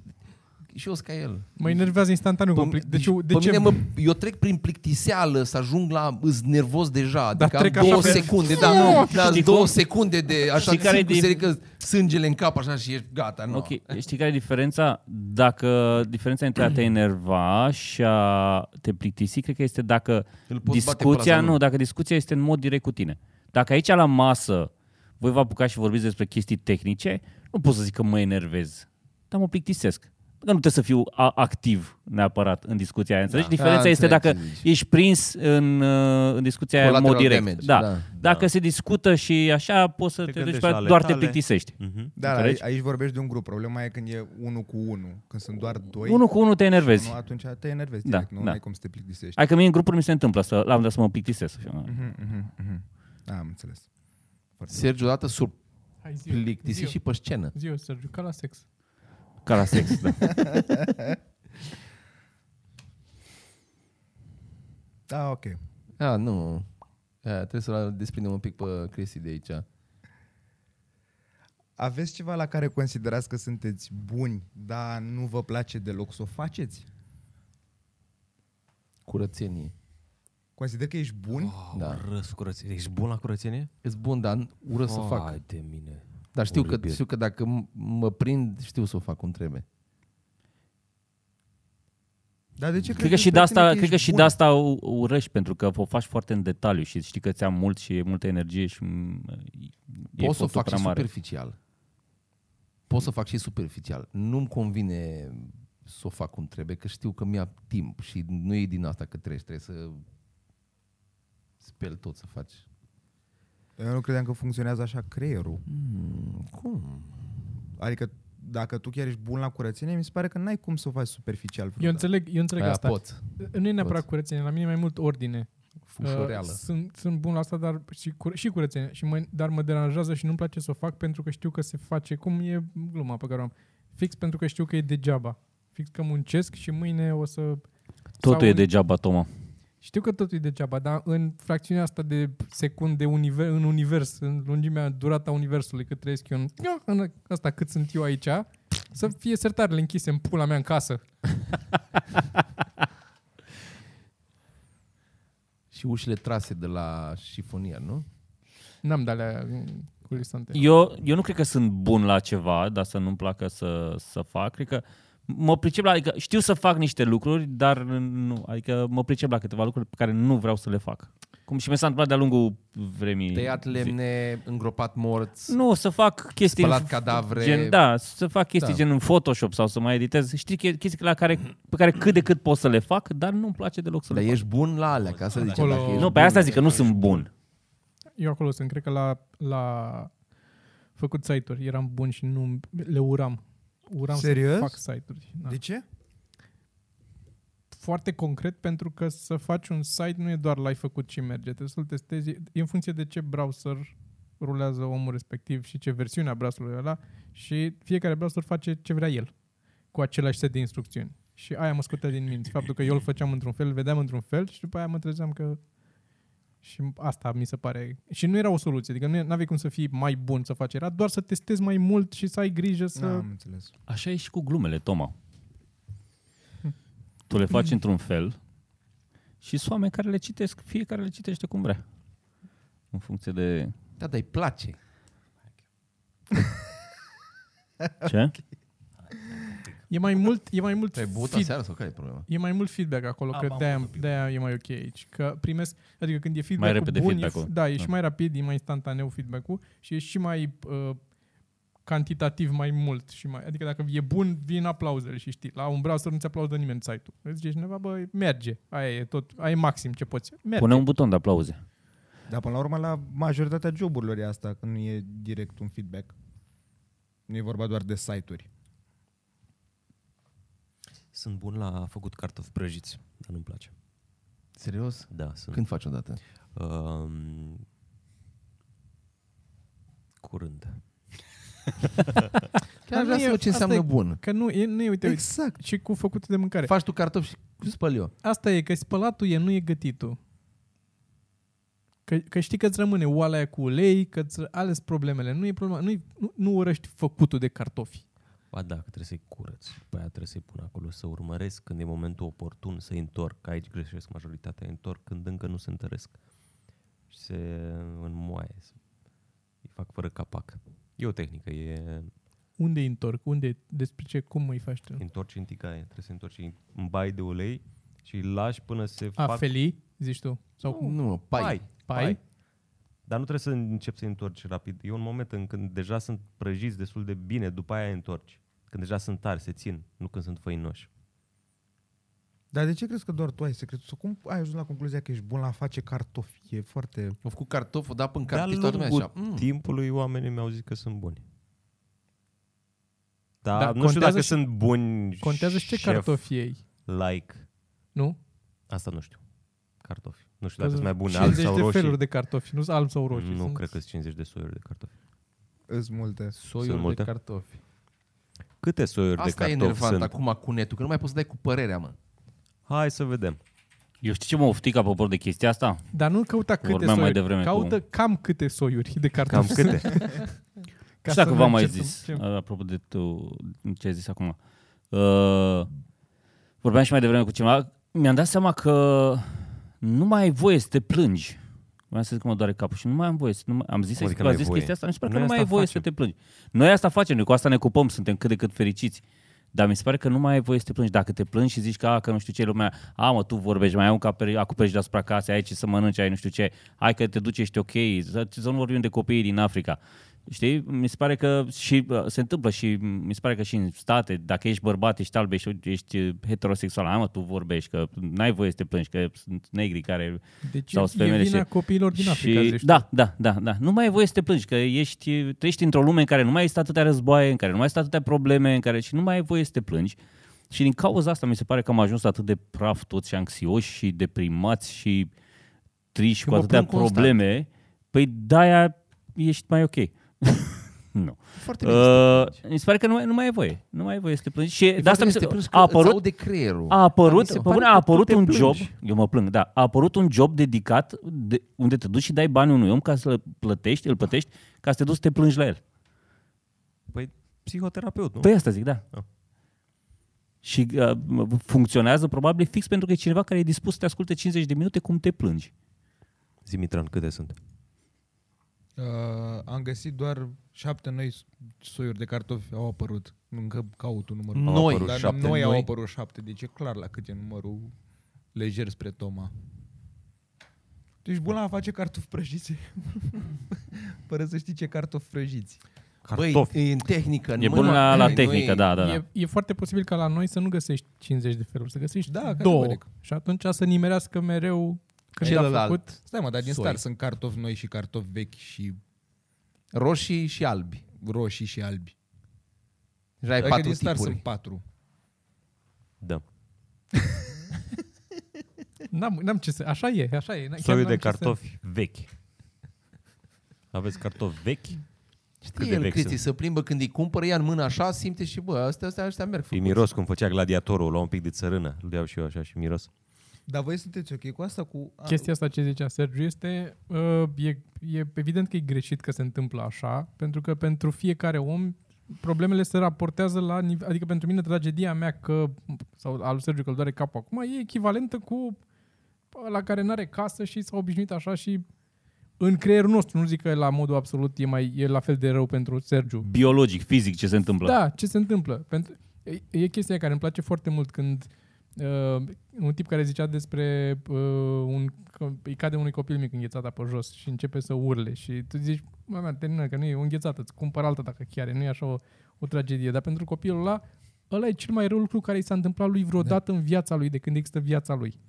Speaker 2: și eu sunt ca el.
Speaker 1: Mă enervează instantaneu.
Speaker 2: Pe-
Speaker 1: cum plic- Deci, eu- de
Speaker 2: pe
Speaker 1: ce
Speaker 2: mine mă, eu trec prin plictiseală să ajung la îs nervos deja,
Speaker 1: Dar
Speaker 2: adică am
Speaker 1: trec așa
Speaker 2: două
Speaker 1: pe- <laughs>
Speaker 2: secunde, da, nu, da,
Speaker 5: Știi
Speaker 2: două
Speaker 5: cum?
Speaker 2: secunde de așa
Speaker 5: Știi care
Speaker 2: care
Speaker 5: e
Speaker 2: se ridică sângele în cap așa și ești gata, nu.
Speaker 5: Ok, știi care e diferența? Dacă diferența între a te enerva și a te plictisi, cred că este dacă
Speaker 2: Îl poți bate pe ăla
Speaker 5: discuția,
Speaker 2: sau nu?
Speaker 5: nu, dacă discuția este în mod direct cu tine. Dacă aici la masă voi vă apucați și vorbiți despre chestii tehnice, nu pot să zic că mă enervez, dar mă plictisesc. Că nu trebuie să fiu a- activ neapărat în discuția aia. Înțelegi? Da. Diferența
Speaker 2: Da,
Speaker 5: este
Speaker 2: înțeleg
Speaker 5: dacă
Speaker 2: ce zici.
Speaker 5: ești prins în, uh, în discuția aia în mod
Speaker 2: Collateral
Speaker 5: direct.
Speaker 2: damage,
Speaker 5: Da.
Speaker 2: da.
Speaker 5: da. Dacă da. se discută și așa, poți să te, te duci
Speaker 3: gândești
Speaker 5: pe
Speaker 3: la ale
Speaker 5: doar te
Speaker 3: tale.
Speaker 5: plictisești.
Speaker 2: Păi-
Speaker 3: Mhm.
Speaker 4: Da, dar aici,
Speaker 5: Înțelegi?
Speaker 4: aici vorbești de un grup. Problema e când e unul cu unul. Când sunt doar doi,
Speaker 5: Unul cu unul te enervezi.
Speaker 4: nu, atunci te enervezi
Speaker 5: Da,
Speaker 4: direct. Nu,
Speaker 5: da.
Speaker 4: ai cum să te plictisești.
Speaker 5: Hai că mie în grupuri mi se întâmplă să, la un dat să mă plictisesc. să fiu,
Speaker 4: Mhm, mhm, mhm. Da, am înțeles. Foarte bine.
Speaker 2: Sergiu odată sur
Speaker 1: Hai, zi-o,
Speaker 2: plictisit și
Speaker 1: zi-o,
Speaker 2: pe scenă.
Speaker 1: zi-o, Sergiu, ca la sex.
Speaker 5: Ca la sex, da.
Speaker 4: Da, ok.
Speaker 2: A, nu. A, trebuie să-l desprindem un pic pe Cristi de aici.
Speaker 4: Aveți ceva la care considerați că sunteți buni, dar nu vă place deloc să o faceți?
Speaker 2: Curățenie.
Speaker 4: Consider că ești bun?
Speaker 3: Oh,
Speaker 2: Da.
Speaker 3: da. Răs curățenie. Ești bun la curățenie?
Speaker 2: E bun, dar ură să
Speaker 3: Oh,
Speaker 2: fac.
Speaker 3: Hai de mine.
Speaker 2: Dar știu că,
Speaker 3: oribil.
Speaker 2: știu că dacă m- mă prind, știu să o fac cum trebuie.
Speaker 4: Dar de ce
Speaker 5: cred că și de
Speaker 4: despre tine
Speaker 5: asta, cred
Speaker 4: ești
Speaker 5: că și
Speaker 4: bun?
Speaker 5: de asta u- urăști, pentru că o faci foarte în detaliu și știi că ți-am mult și e multă energie și mm, e
Speaker 2: Pot să o
Speaker 5: efortul
Speaker 2: fac
Speaker 5: prea
Speaker 2: și
Speaker 5: mare.
Speaker 2: superficial. Pot să o fac și superficial. Nu-mi convine să o fac cum trebuie, că știu că mi-a timp și nu e din asta că treci, trebuie să speli tot să faci.
Speaker 4: Eu nu credeam că funcționează așa creierul.
Speaker 2: Cum?
Speaker 4: Adică dacă tu chiar ești bun la curățenie, mi se pare că n-ai cum să o faci superficial.
Speaker 1: Eu
Speaker 2: Da.
Speaker 4: vreodată.
Speaker 1: înțeleg, eu înțeleg
Speaker 2: Aia
Speaker 1: asta.
Speaker 2: pot.
Speaker 1: Nu e neapărat curățenie, la mine e mai mult ordine.
Speaker 2: Fușoreală.
Speaker 1: Uh, sunt, sunt bun la asta, dar și, cur- și curățenie, și mă, dar mă deranjează și nu-mi place să o fac pentru că știu că se face cum e gluma pe care o am. Fix pentru că știu că e degeaba. Fix că muncesc și mâine o să...
Speaker 5: Totul
Speaker 1: sau
Speaker 5: e
Speaker 1: în-
Speaker 5: degeaba, Toma.
Speaker 1: Știu că totul e degeaba, dar în fracțiunea asta de secunde univer, în univers, în lungimea, durata universului cât trăiesc eu în, în asta cât sunt eu aici, să fie sertarele închise în pula mea în casă.
Speaker 2: Și ușile trase de la șifonier, nu?
Speaker 1: N-am de alea mm, culisante.
Speaker 5: Eu, eu nu cred că sunt bun la ceva, dar să nu-mi placă să, să fac. Cred că mă pricep la, adică știu să fac niște lucruri, dar nu, adică mă pricep la câteva lucruri pe care nu vreau să le fac. Cum și mi s-a întâmplat de-a lungul vremii.
Speaker 2: Tăiat lemne, îngropat morți.
Speaker 5: Nu, să fac chestii...
Speaker 2: Spălat cadavre.
Speaker 5: Gen, da, să fac chestii
Speaker 2: Da.
Speaker 5: da. gen în Photoshop sau să mai editez. Știi che- chestii la care, pe care cât de cât pot să le fac, dar nu-mi place deloc să
Speaker 2: Dar
Speaker 5: le fac.
Speaker 2: ești bun la alea, ca să zicem.
Speaker 1: Acolo-
Speaker 2: dacă ești
Speaker 5: Nu, pe asta zic că nu sunt bun.
Speaker 1: Eu acolo sunt, cred că la, la făcut site-uri eram bun și nu le uram. Uram
Speaker 4: Serios?
Speaker 1: să fac site-uri. Da.
Speaker 4: De
Speaker 1: Deci,
Speaker 4: ce?
Speaker 1: foarte concret pentru că să faci un site nu e doar l-ai făcut și merge. Trebuie să-l testezi. E în funcție de ce browser rulează omul respectiv și ce versiune a browserului ăla și fiecare browser face ce vrea el cu același set de instrucțiuni. Și aia mă scotea din minți. Faptul că eu îl făceam într-un fel, îl vedeam într-un fel și după aia mă trezeam că și asta mi se pare. Și nu era o soluție. Adică nu aveai cum să fii mai bun să faci. Era doar să testezi mai mult și să ai grijă să...
Speaker 4: Da, am înțeles.
Speaker 5: Așa e și cu glumele, Toma. Tu le faci într-un fel și sunt oameni care le citesc, fiecare le citește cum vrea. În funcție de...
Speaker 2: Da, dar îi place.
Speaker 5: Ce?
Speaker 1: E mai mult, e mai mult
Speaker 2: Te-ai băut
Speaker 1: feed-
Speaker 2: aseară sau care e problema?
Speaker 1: E mai mult feedback acolo,
Speaker 4: Am
Speaker 1: cred,
Speaker 4: avut
Speaker 1: de-aia,
Speaker 4: un pic.
Speaker 1: de-aia e mai ok aici. Că primesc, adică când e feedback
Speaker 5: repede
Speaker 1: bun,
Speaker 5: feedback-ul.
Speaker 1: E, da, e și
Speaker 5: Da.
Speaker 1: mai rapid, e mai instantaneu feedback-ul și e și mai uh, cantitativ mai mult. Și mai, adică dacă e bun, vin aplauzele și știi. La un browser nu ți aplaudă nimeni site-ul. Îți zice cineva, bă, merge. Aia e tot, aia e maxim ce poți. Merge.
Speaker 5: Pune un buton de aplauze.
Speaker 4: Dar până la urmă la majoritatea joburilor e asta, că nu e direct un feedback. Nu e vorba doar de site-uri.
Speaker 3: Sunt bun la a făcut cartofi prăjiți, dar nu-mi place.
Speaker 2: Serios?
Speaker 3: Da, sunt.
Speaker 2: Când faci odată?
Speaker 3: Um, curând.
Speaker 1: Dar
Speaker 2: Chiar vrea
Speaker 1: nu
Speaker 2: să
Speaker 1: e-
Speaker 2: văd ce
Speaker 1: asta
Speaker 2: înseamnă
Speaker 1: e-
Speaker 2: bun.
Speaker 1: Că nu e, nu e, uite, uite,
Speaker 2: Exact.
Speaker 1: și cu făcutul de mâncare.
Speaker 2: Faci tu cartofi și cum spăl eu?
Speaker 1: Asta e, că spălatul e, nu e gătitul. Că, că știi că îți rămâne oalea aia cu ulei, că îți ales problemele. Nu e problema, nu, nu, nu urăști făcutul de cartofi.
Speaker 3: Ba da, că trebuie să-i curăț. După aia trebuie să-i pun acolo, să urmăresc când e momentul oportun, să-i întorc. Că Aici greșesc majoritatea, îi întorc când încă nu se întăresc. Și se înmoaie. se- Îi fac fără capac. E o tehnică, e
Speaker 1: Unde îi întorc? Unde, despre ce, cum îi faci tu?
Speaker 3: îi întorci în tigaie. Trebuie să-i întorci în bai de ulei și îi lași până se
Speaker 1: A,
Speaker 3: fac
Speaker 1: felii, zici tu? Sau
Speaker 2: Nu, mă, pai.
Speaker 3: pai.
Speaker 1: pai?
Speaker 3: pai. Dar nu trebuie să începi să-i întorci rapid. E un moment în când deja sunt prăjiți destul de bine, după aia îi întorci. Când deja sunt tari, se țin, nu când sunt făinoși.
Speaker 4: Dar de ce crezi că doar tu ai secretul? Sau cum ai ajuns la concluzia că ești bun la a face cartofi? E foarte...
Speaker 2: Am făcut cartofi, da, până
Speaker 3: Dar
Speaker 2: cartofi, toată lumea așa.
Speaker 3: lungul
Speaker 2: Mm.
Speaker 3: timpului oamenii mi-au zis că sunt buni. Dar,
Speaker 1: Dar
Speaker 3: Dar nu știu
Speaker 1: Da, contează
Speaker 3: dacă
Speaker 1: și-
Speaker 3: și, sunt buni
Speaker 1: Contează și ce
Speaker 3: șef,
Speaker 1: cartofi ei,
Speaker 3: Like.
Speaker 1: nu?
Speaker 3: Asta nu știu. Cartofi. Nu știu
Speaker 1: Că
Speaker 3: dacă sunt mai buni albi
Speaker 1: 50
Speaker 3: sau
Speaker 1: de
Speaker 3: roșii.
Speaker 1: feluri de cartofi, nu sunt alb sau roșii.
Speaker 3: nu
Speaker 1: sunt...
Speaker 3: cred că sunt 50 de soiuri de cartofi.
Speaker 4: Îs multe.
Speaker 3: Sunt
Speaker 2: Soiuri de
Speaker 3: multe.
Speaker 2: cartofi.
Speaker 3: Câte soiuri
Speaker 2: Asta e
Speaker 3: de cartofi
Speaker 2: enervant
Speaker 3: sunt?
Speaker 2: acum cu netul, că nu mai poți să dai cu părerea, mă.
Speaker 3: Hai să vedem.
Speaker 5: Eu știu ce mă oftic ca popor de chestia asta?
Speaker 1: Dar nu căuta câte
Speaker 5: Vorbeam mai
Speaker 1: soiuri,
Speaker 5: devreme
Speaker 1: caută cam câte soiuri de
Speaker 3: Cam
Speaker 1: cartofi.
Speaker 3: câte?
Speaker 1: <laughs>
Speaker 5: Ca și
Speaker 1: să
Speaker 5: dacă Exact v-am
Speaker 1: nu
Speaker 5: mai
Speaker 1: începem-
Speaker 5: zis, uh, apropo de tu, ce ai zis acum. Uh, vorbeam și mai devreme cu cineva. Mi-am dat seama că nu mai ai voie să te plângi. Vreau să zic că mă doare capul și nu mai am voie. Să, nu mai, am zis,
Speaker 3: Cum adică
Speaker 5: că a
Speaker 3: n-ai
Speaker 5: zis
Speaker 3: voie?
Speaker 5: chestia asta, mi se pare că
Speaker 3: Noi
Speaker 5: nu mai ai
Speaker 3: asta
Speaker 5: voie
Speaker 3: facem.
Speaker 5: să te plângi. Noi asta facem, noi cu asta ne cupăm, suntem cât de cât fericiți. Dar mi se pare că nu mai ai voie să te plângi. Dacă te plângi și zici că, a, că nu știu ce, lumea, a, mă, tu vorbești, mai ai un cap acoperiș deasupra casei, ai ce să mănânci, ai nu știu ce, hai că te duci, ești ok, să, să nu vorbim de copiii din Africa. Știi? Mi se pare că și uh, se întâmplă și mm, mi se pare că și în state, dacă ești bărbat, ești alb, ești, ești uh, heterosexual, hai mă, tu vorbești, că n-ai voie să te plângi, că sunt negri care...
Speaker 1: Deci
Speaker 5: sau
Speaker 1: e
Speaker 5: femeile
Speaker 1: vina
Speaker 5: și-
Speaker 1: copiilor din Africa,
Speaker 5: și,
Speaker 1: zici tu.
Speaker 5: da, da, da, da. Nu mai ai voie să te plângi, că ești, trăiești într-o lume în care nu mai există atâtea războaie, în care nu mai sunt atâtea probleme, în care și nu mai ai voie să te plângi. Și din cauza asta mi se pare că am ajuns atât de praf toți și anxioși și deprimați și triși
Speaker 2: Că
Speaker 5: cu
Speaker 2: mă
Speaker 5: atâtea
Speaker 2: plâng constant.
Speaker 5: probleme. Păi de-aia ești mai ok. nu.
Speaker 2: Foarte bine.
Speaker 5: Uh, mi se pare că nu mai, nu mai e voie. Nu mai e voie să te plângi. Și de asta mi se, a apărut,
Speaker 2: de creierul.
Speaker 5: a
Speaker 2: Dar mi
Speaker 5: apărut,
Speaker 2: se
Speaker 5: pe
Speaker 2: pare
Speaker 5: bune, a
Speaker 2: că tu
Speaker 5: apărut
Speaker 2: te
Speaker 5: un
Speaker 2: plângi.
Speaker 5: job, eu mă plâng, da, a apărut un job dedicat de, unde te duci și dai bani unui om ca să-l plătești, îl plătești, ca să te duci să te plângi la el.
Speaker 3: Păi psihoterapeut, nu?
Speaker 5: Păi asta zic, da.
Speaker 3: Ah.
Speaker 5: Și uh, funcționează probabil fix pentru că e cineva care e dispus să te asculte 50 de minute cum te plângi.
Speaker 3: Zi, Mitran, câte sunt?
Speaker 4: Uh, am găsit doar șapte noi s- soiuri de cartofi au apărut. Încă caut un număr.
Speaker 2: Noi,
Speaker 4: Au apărut
Speaker 2: dar
Speaker 4: șapte,
Speaker 2: noi
Speaker 4: noi,
Speaker 2: au
Speaker 4: au apărut șapte, deci e clar la cât e numărul lejer spre Toma. Tu ești bun la a face cartofi prăjiți. <laughs> Fără să știi ce cartofi prăjiți.
Speaker 2: Băi, e în tehnică. în
Speaker 5: e bun
Speaker 2: mână,
Speaker 5: la, la
Speaker 2: noi-
Speaker 5: tehnică, da, da, da.
Speaker 1: E, e foarte posibil ca la noi să nu găsești 50 de feluri, să găsești
Speaker 4: Da,
Speaker 1: da, două.
Speaker 4: categoric.
Speaker 1: Și atunci să nimerească mereu când a
Speaker 2: Celălalt.
Speaker 1: făcut.
Speaker 4: Stai mă, dar din
Speaker 2: Soi.
Speaker 4: start sunt cartofi noi și cartofi vechi și
Speaker 2: Roșii și albi.
Speaker 4: roșii și albi.
Speaker 2: Deja ai
Speaker 4: Adică
Speaker 2: patru
Speaker 4: din start
Speaker 2: tipuri.
Speaker 4: sunt patru.
Speaker 3: Da.
Speaker 1: N-am, n-am ce să... Așa e, așa e. n- Da, chiar
Speaker 3: Soiul
Speaker 1: n-am
Speaker 3: de
Speaker 1: ce să-
Speaker 3: cartofi vechi. Aveți cartofi vechi? Cât
Speaker 2: Știi
Speaker 3: de
Speaker 2: el,
Speaker 3: vechi
Speaker 2: Cristi,
Speaker 3: sunt?
Speaker 2: să plimbă când îi cumpără, ia în mână așa, simte și bă, astea, astea, astea merg.
Speaker 3: Îi miros cum făcea gladiatorul, lua un pic de țărână. Îl iau și eu așa și miros.
Speaker 4: Dar voi sunteți ok cu asta? Cu a-
Speaker 1: Chestia asta ce zicea Sergiu este, uh, e, e evident că e greșit că se întâmplă așa, pentru că pentru fiecare om problemele se raportează la nivel, adică pentru mine tragedia mea că, sau al lui Sergiu că îl doare capul acum, e echivalentă cu la care n-are casă și s-a obișnuit așa și în creierul nostru, nu zic că la modul absolut e, mai, e la fel de rău pentru Sergiu,
Speaker 5: Biologic, fizic, ce se întâmplă.
Speaker 1: Da, ce se Da, întâmplă? Pentru, E, e chestia care îmi place foarte mult când uh, un tip care zicea despre uh, un, că îi cade unui copil mic înghețata pe jos și începe să urle și tu zici, mă mea, termină, că nu e o înghețată, îți cumpăr alta dacă chiar e, nu e așa o, o tragedie. Dar pentru copilul ăla, ăla e cel mai rău lucru care i s-a întâmplat lui vreodată da. în viața lui, de când există viața lui.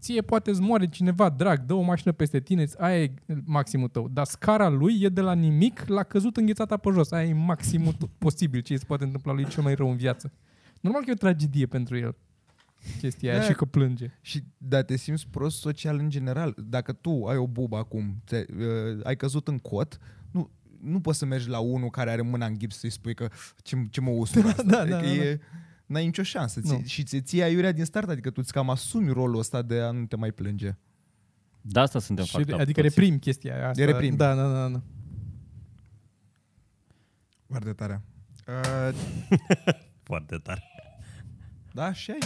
Speaker 1: Ție poate îți moare cineva drag, dă o mașină peste tine, îți- aia e maximul tău. Dar scara lui e de la nimic la căzut înghețata pe jos. Aia e maximul t- posibil ce îți poate întâmpla lui cel mai rău în viață. Normal că e o tragedie pentru el chestia aia
Speaker 4: Da.
Speaker 1: și că plânge.
Speaker 4: Și da, te simți prost social în general. Dacă tu ai o bubă acum, te, uh, ai căzut în cot, nu, nu poți să mergi la unul care are mâna în gips să-i spui că ce, ce mă usură asta.
Speaker 1: <laughs> da,
Speaker 4: adică
Speaker 1: da, da.
Speaker 4: e, N-ai nicio șansă
Speaker 1: Nu.
Speaker 4: ți, și ți ții aiurea din start, adică tu îți cam asumi rolul ăsta de a nu te mai plânge.
Speaker 5: De Da, asta suntem
Speaker 1: Și,
Speaker 5: fucked up
Speaker 1: adică
Speaker 5: toți.
Speaker 1: reprim chestia aia. Asta.
Speaker 4: E reprim.
Speaker 1: Da, da, da. da.
Speaker 4: Foarte tare. Uh,
Speaker 3: Foarte tare.
Speaker 4: da, așa e.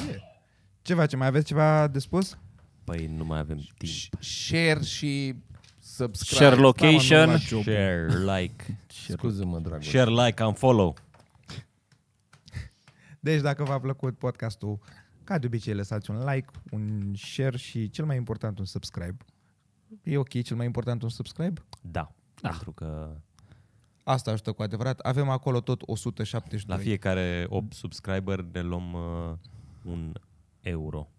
Speaker 4: Ce facem? Mai aveți ceva de spus?
Speaker 3: Păi nu mai avem timp.
Speaker 2: Share și subscribe.
Speaker 5: Share location.
Speaker 3: Share, like.
Speaker 2: Scuze-mă, dragul.
Speaker 3: Share, like and follow.
Speaker 4: Deci dacă v-a plăcut podcastul, ca de obicei lăsați un like, un share și cel mai important un subscribe. E ok, cel mai important un subscribe.
Speaker 3: Da. Pentru că
Speaker 4: Asta ajută cu adevărat. Avem acolo tot 172.
Speaker 3: la fiecare 8 subscriber ne luăm uh, un euro.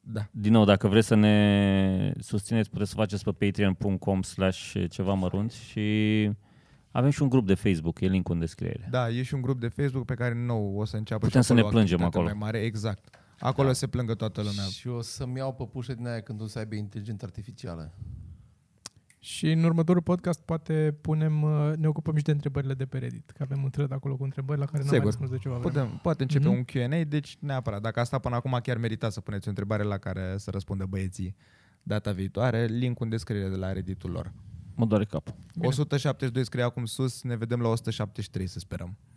Speaker 4: Da.
Speaker 5: Din nou, dacă vreți să ne susțineți, puteți să faceți pe patreon.com slash ceva mărunt și avem și un grup de Facebook, e linkul în descriere.
Speaker 4: Da, e și un grup de Facebook pe care nou o să înceapă
Speaker 5: Putem
Speaker 4: și
Speaker 5: să ne
Speaker 4: acolo o
Speaker 5: plângem
Speaker 4: activitate
Speaker 5: acolo.
Speaker 4: Mai mare, exact. Acolo da. se plângă toată lumea.
Speaker 2: Și o să-mi iau păpușe din aia când o să aibă inteligență artificială.
Speaker 1: Și în următorul podcast poate punem, uh, ne ocupăm și de întrebările de pe Reddit, că avem un thread acolo cu întrebări la care n-am mai
Speaker 4: Sigur.
Speaker 1: răspuns de ceva vreme.
Speaker 4: Putem, poate începe
Speaker 1: Mhm.
Speaker 4: mm-hmm. un Q&A, deci neapărat. Dacă asta până acum chiar merita să puneți o întrebare la care să răspundă băieții data viitoare, link în descriere de la Reddit-ul lor.
Speaker 5: Mă doare capul.
Speaker 1: Bine.
Speaker 4: 172 scrie acum sus, ne vedem la 173 să sperăm.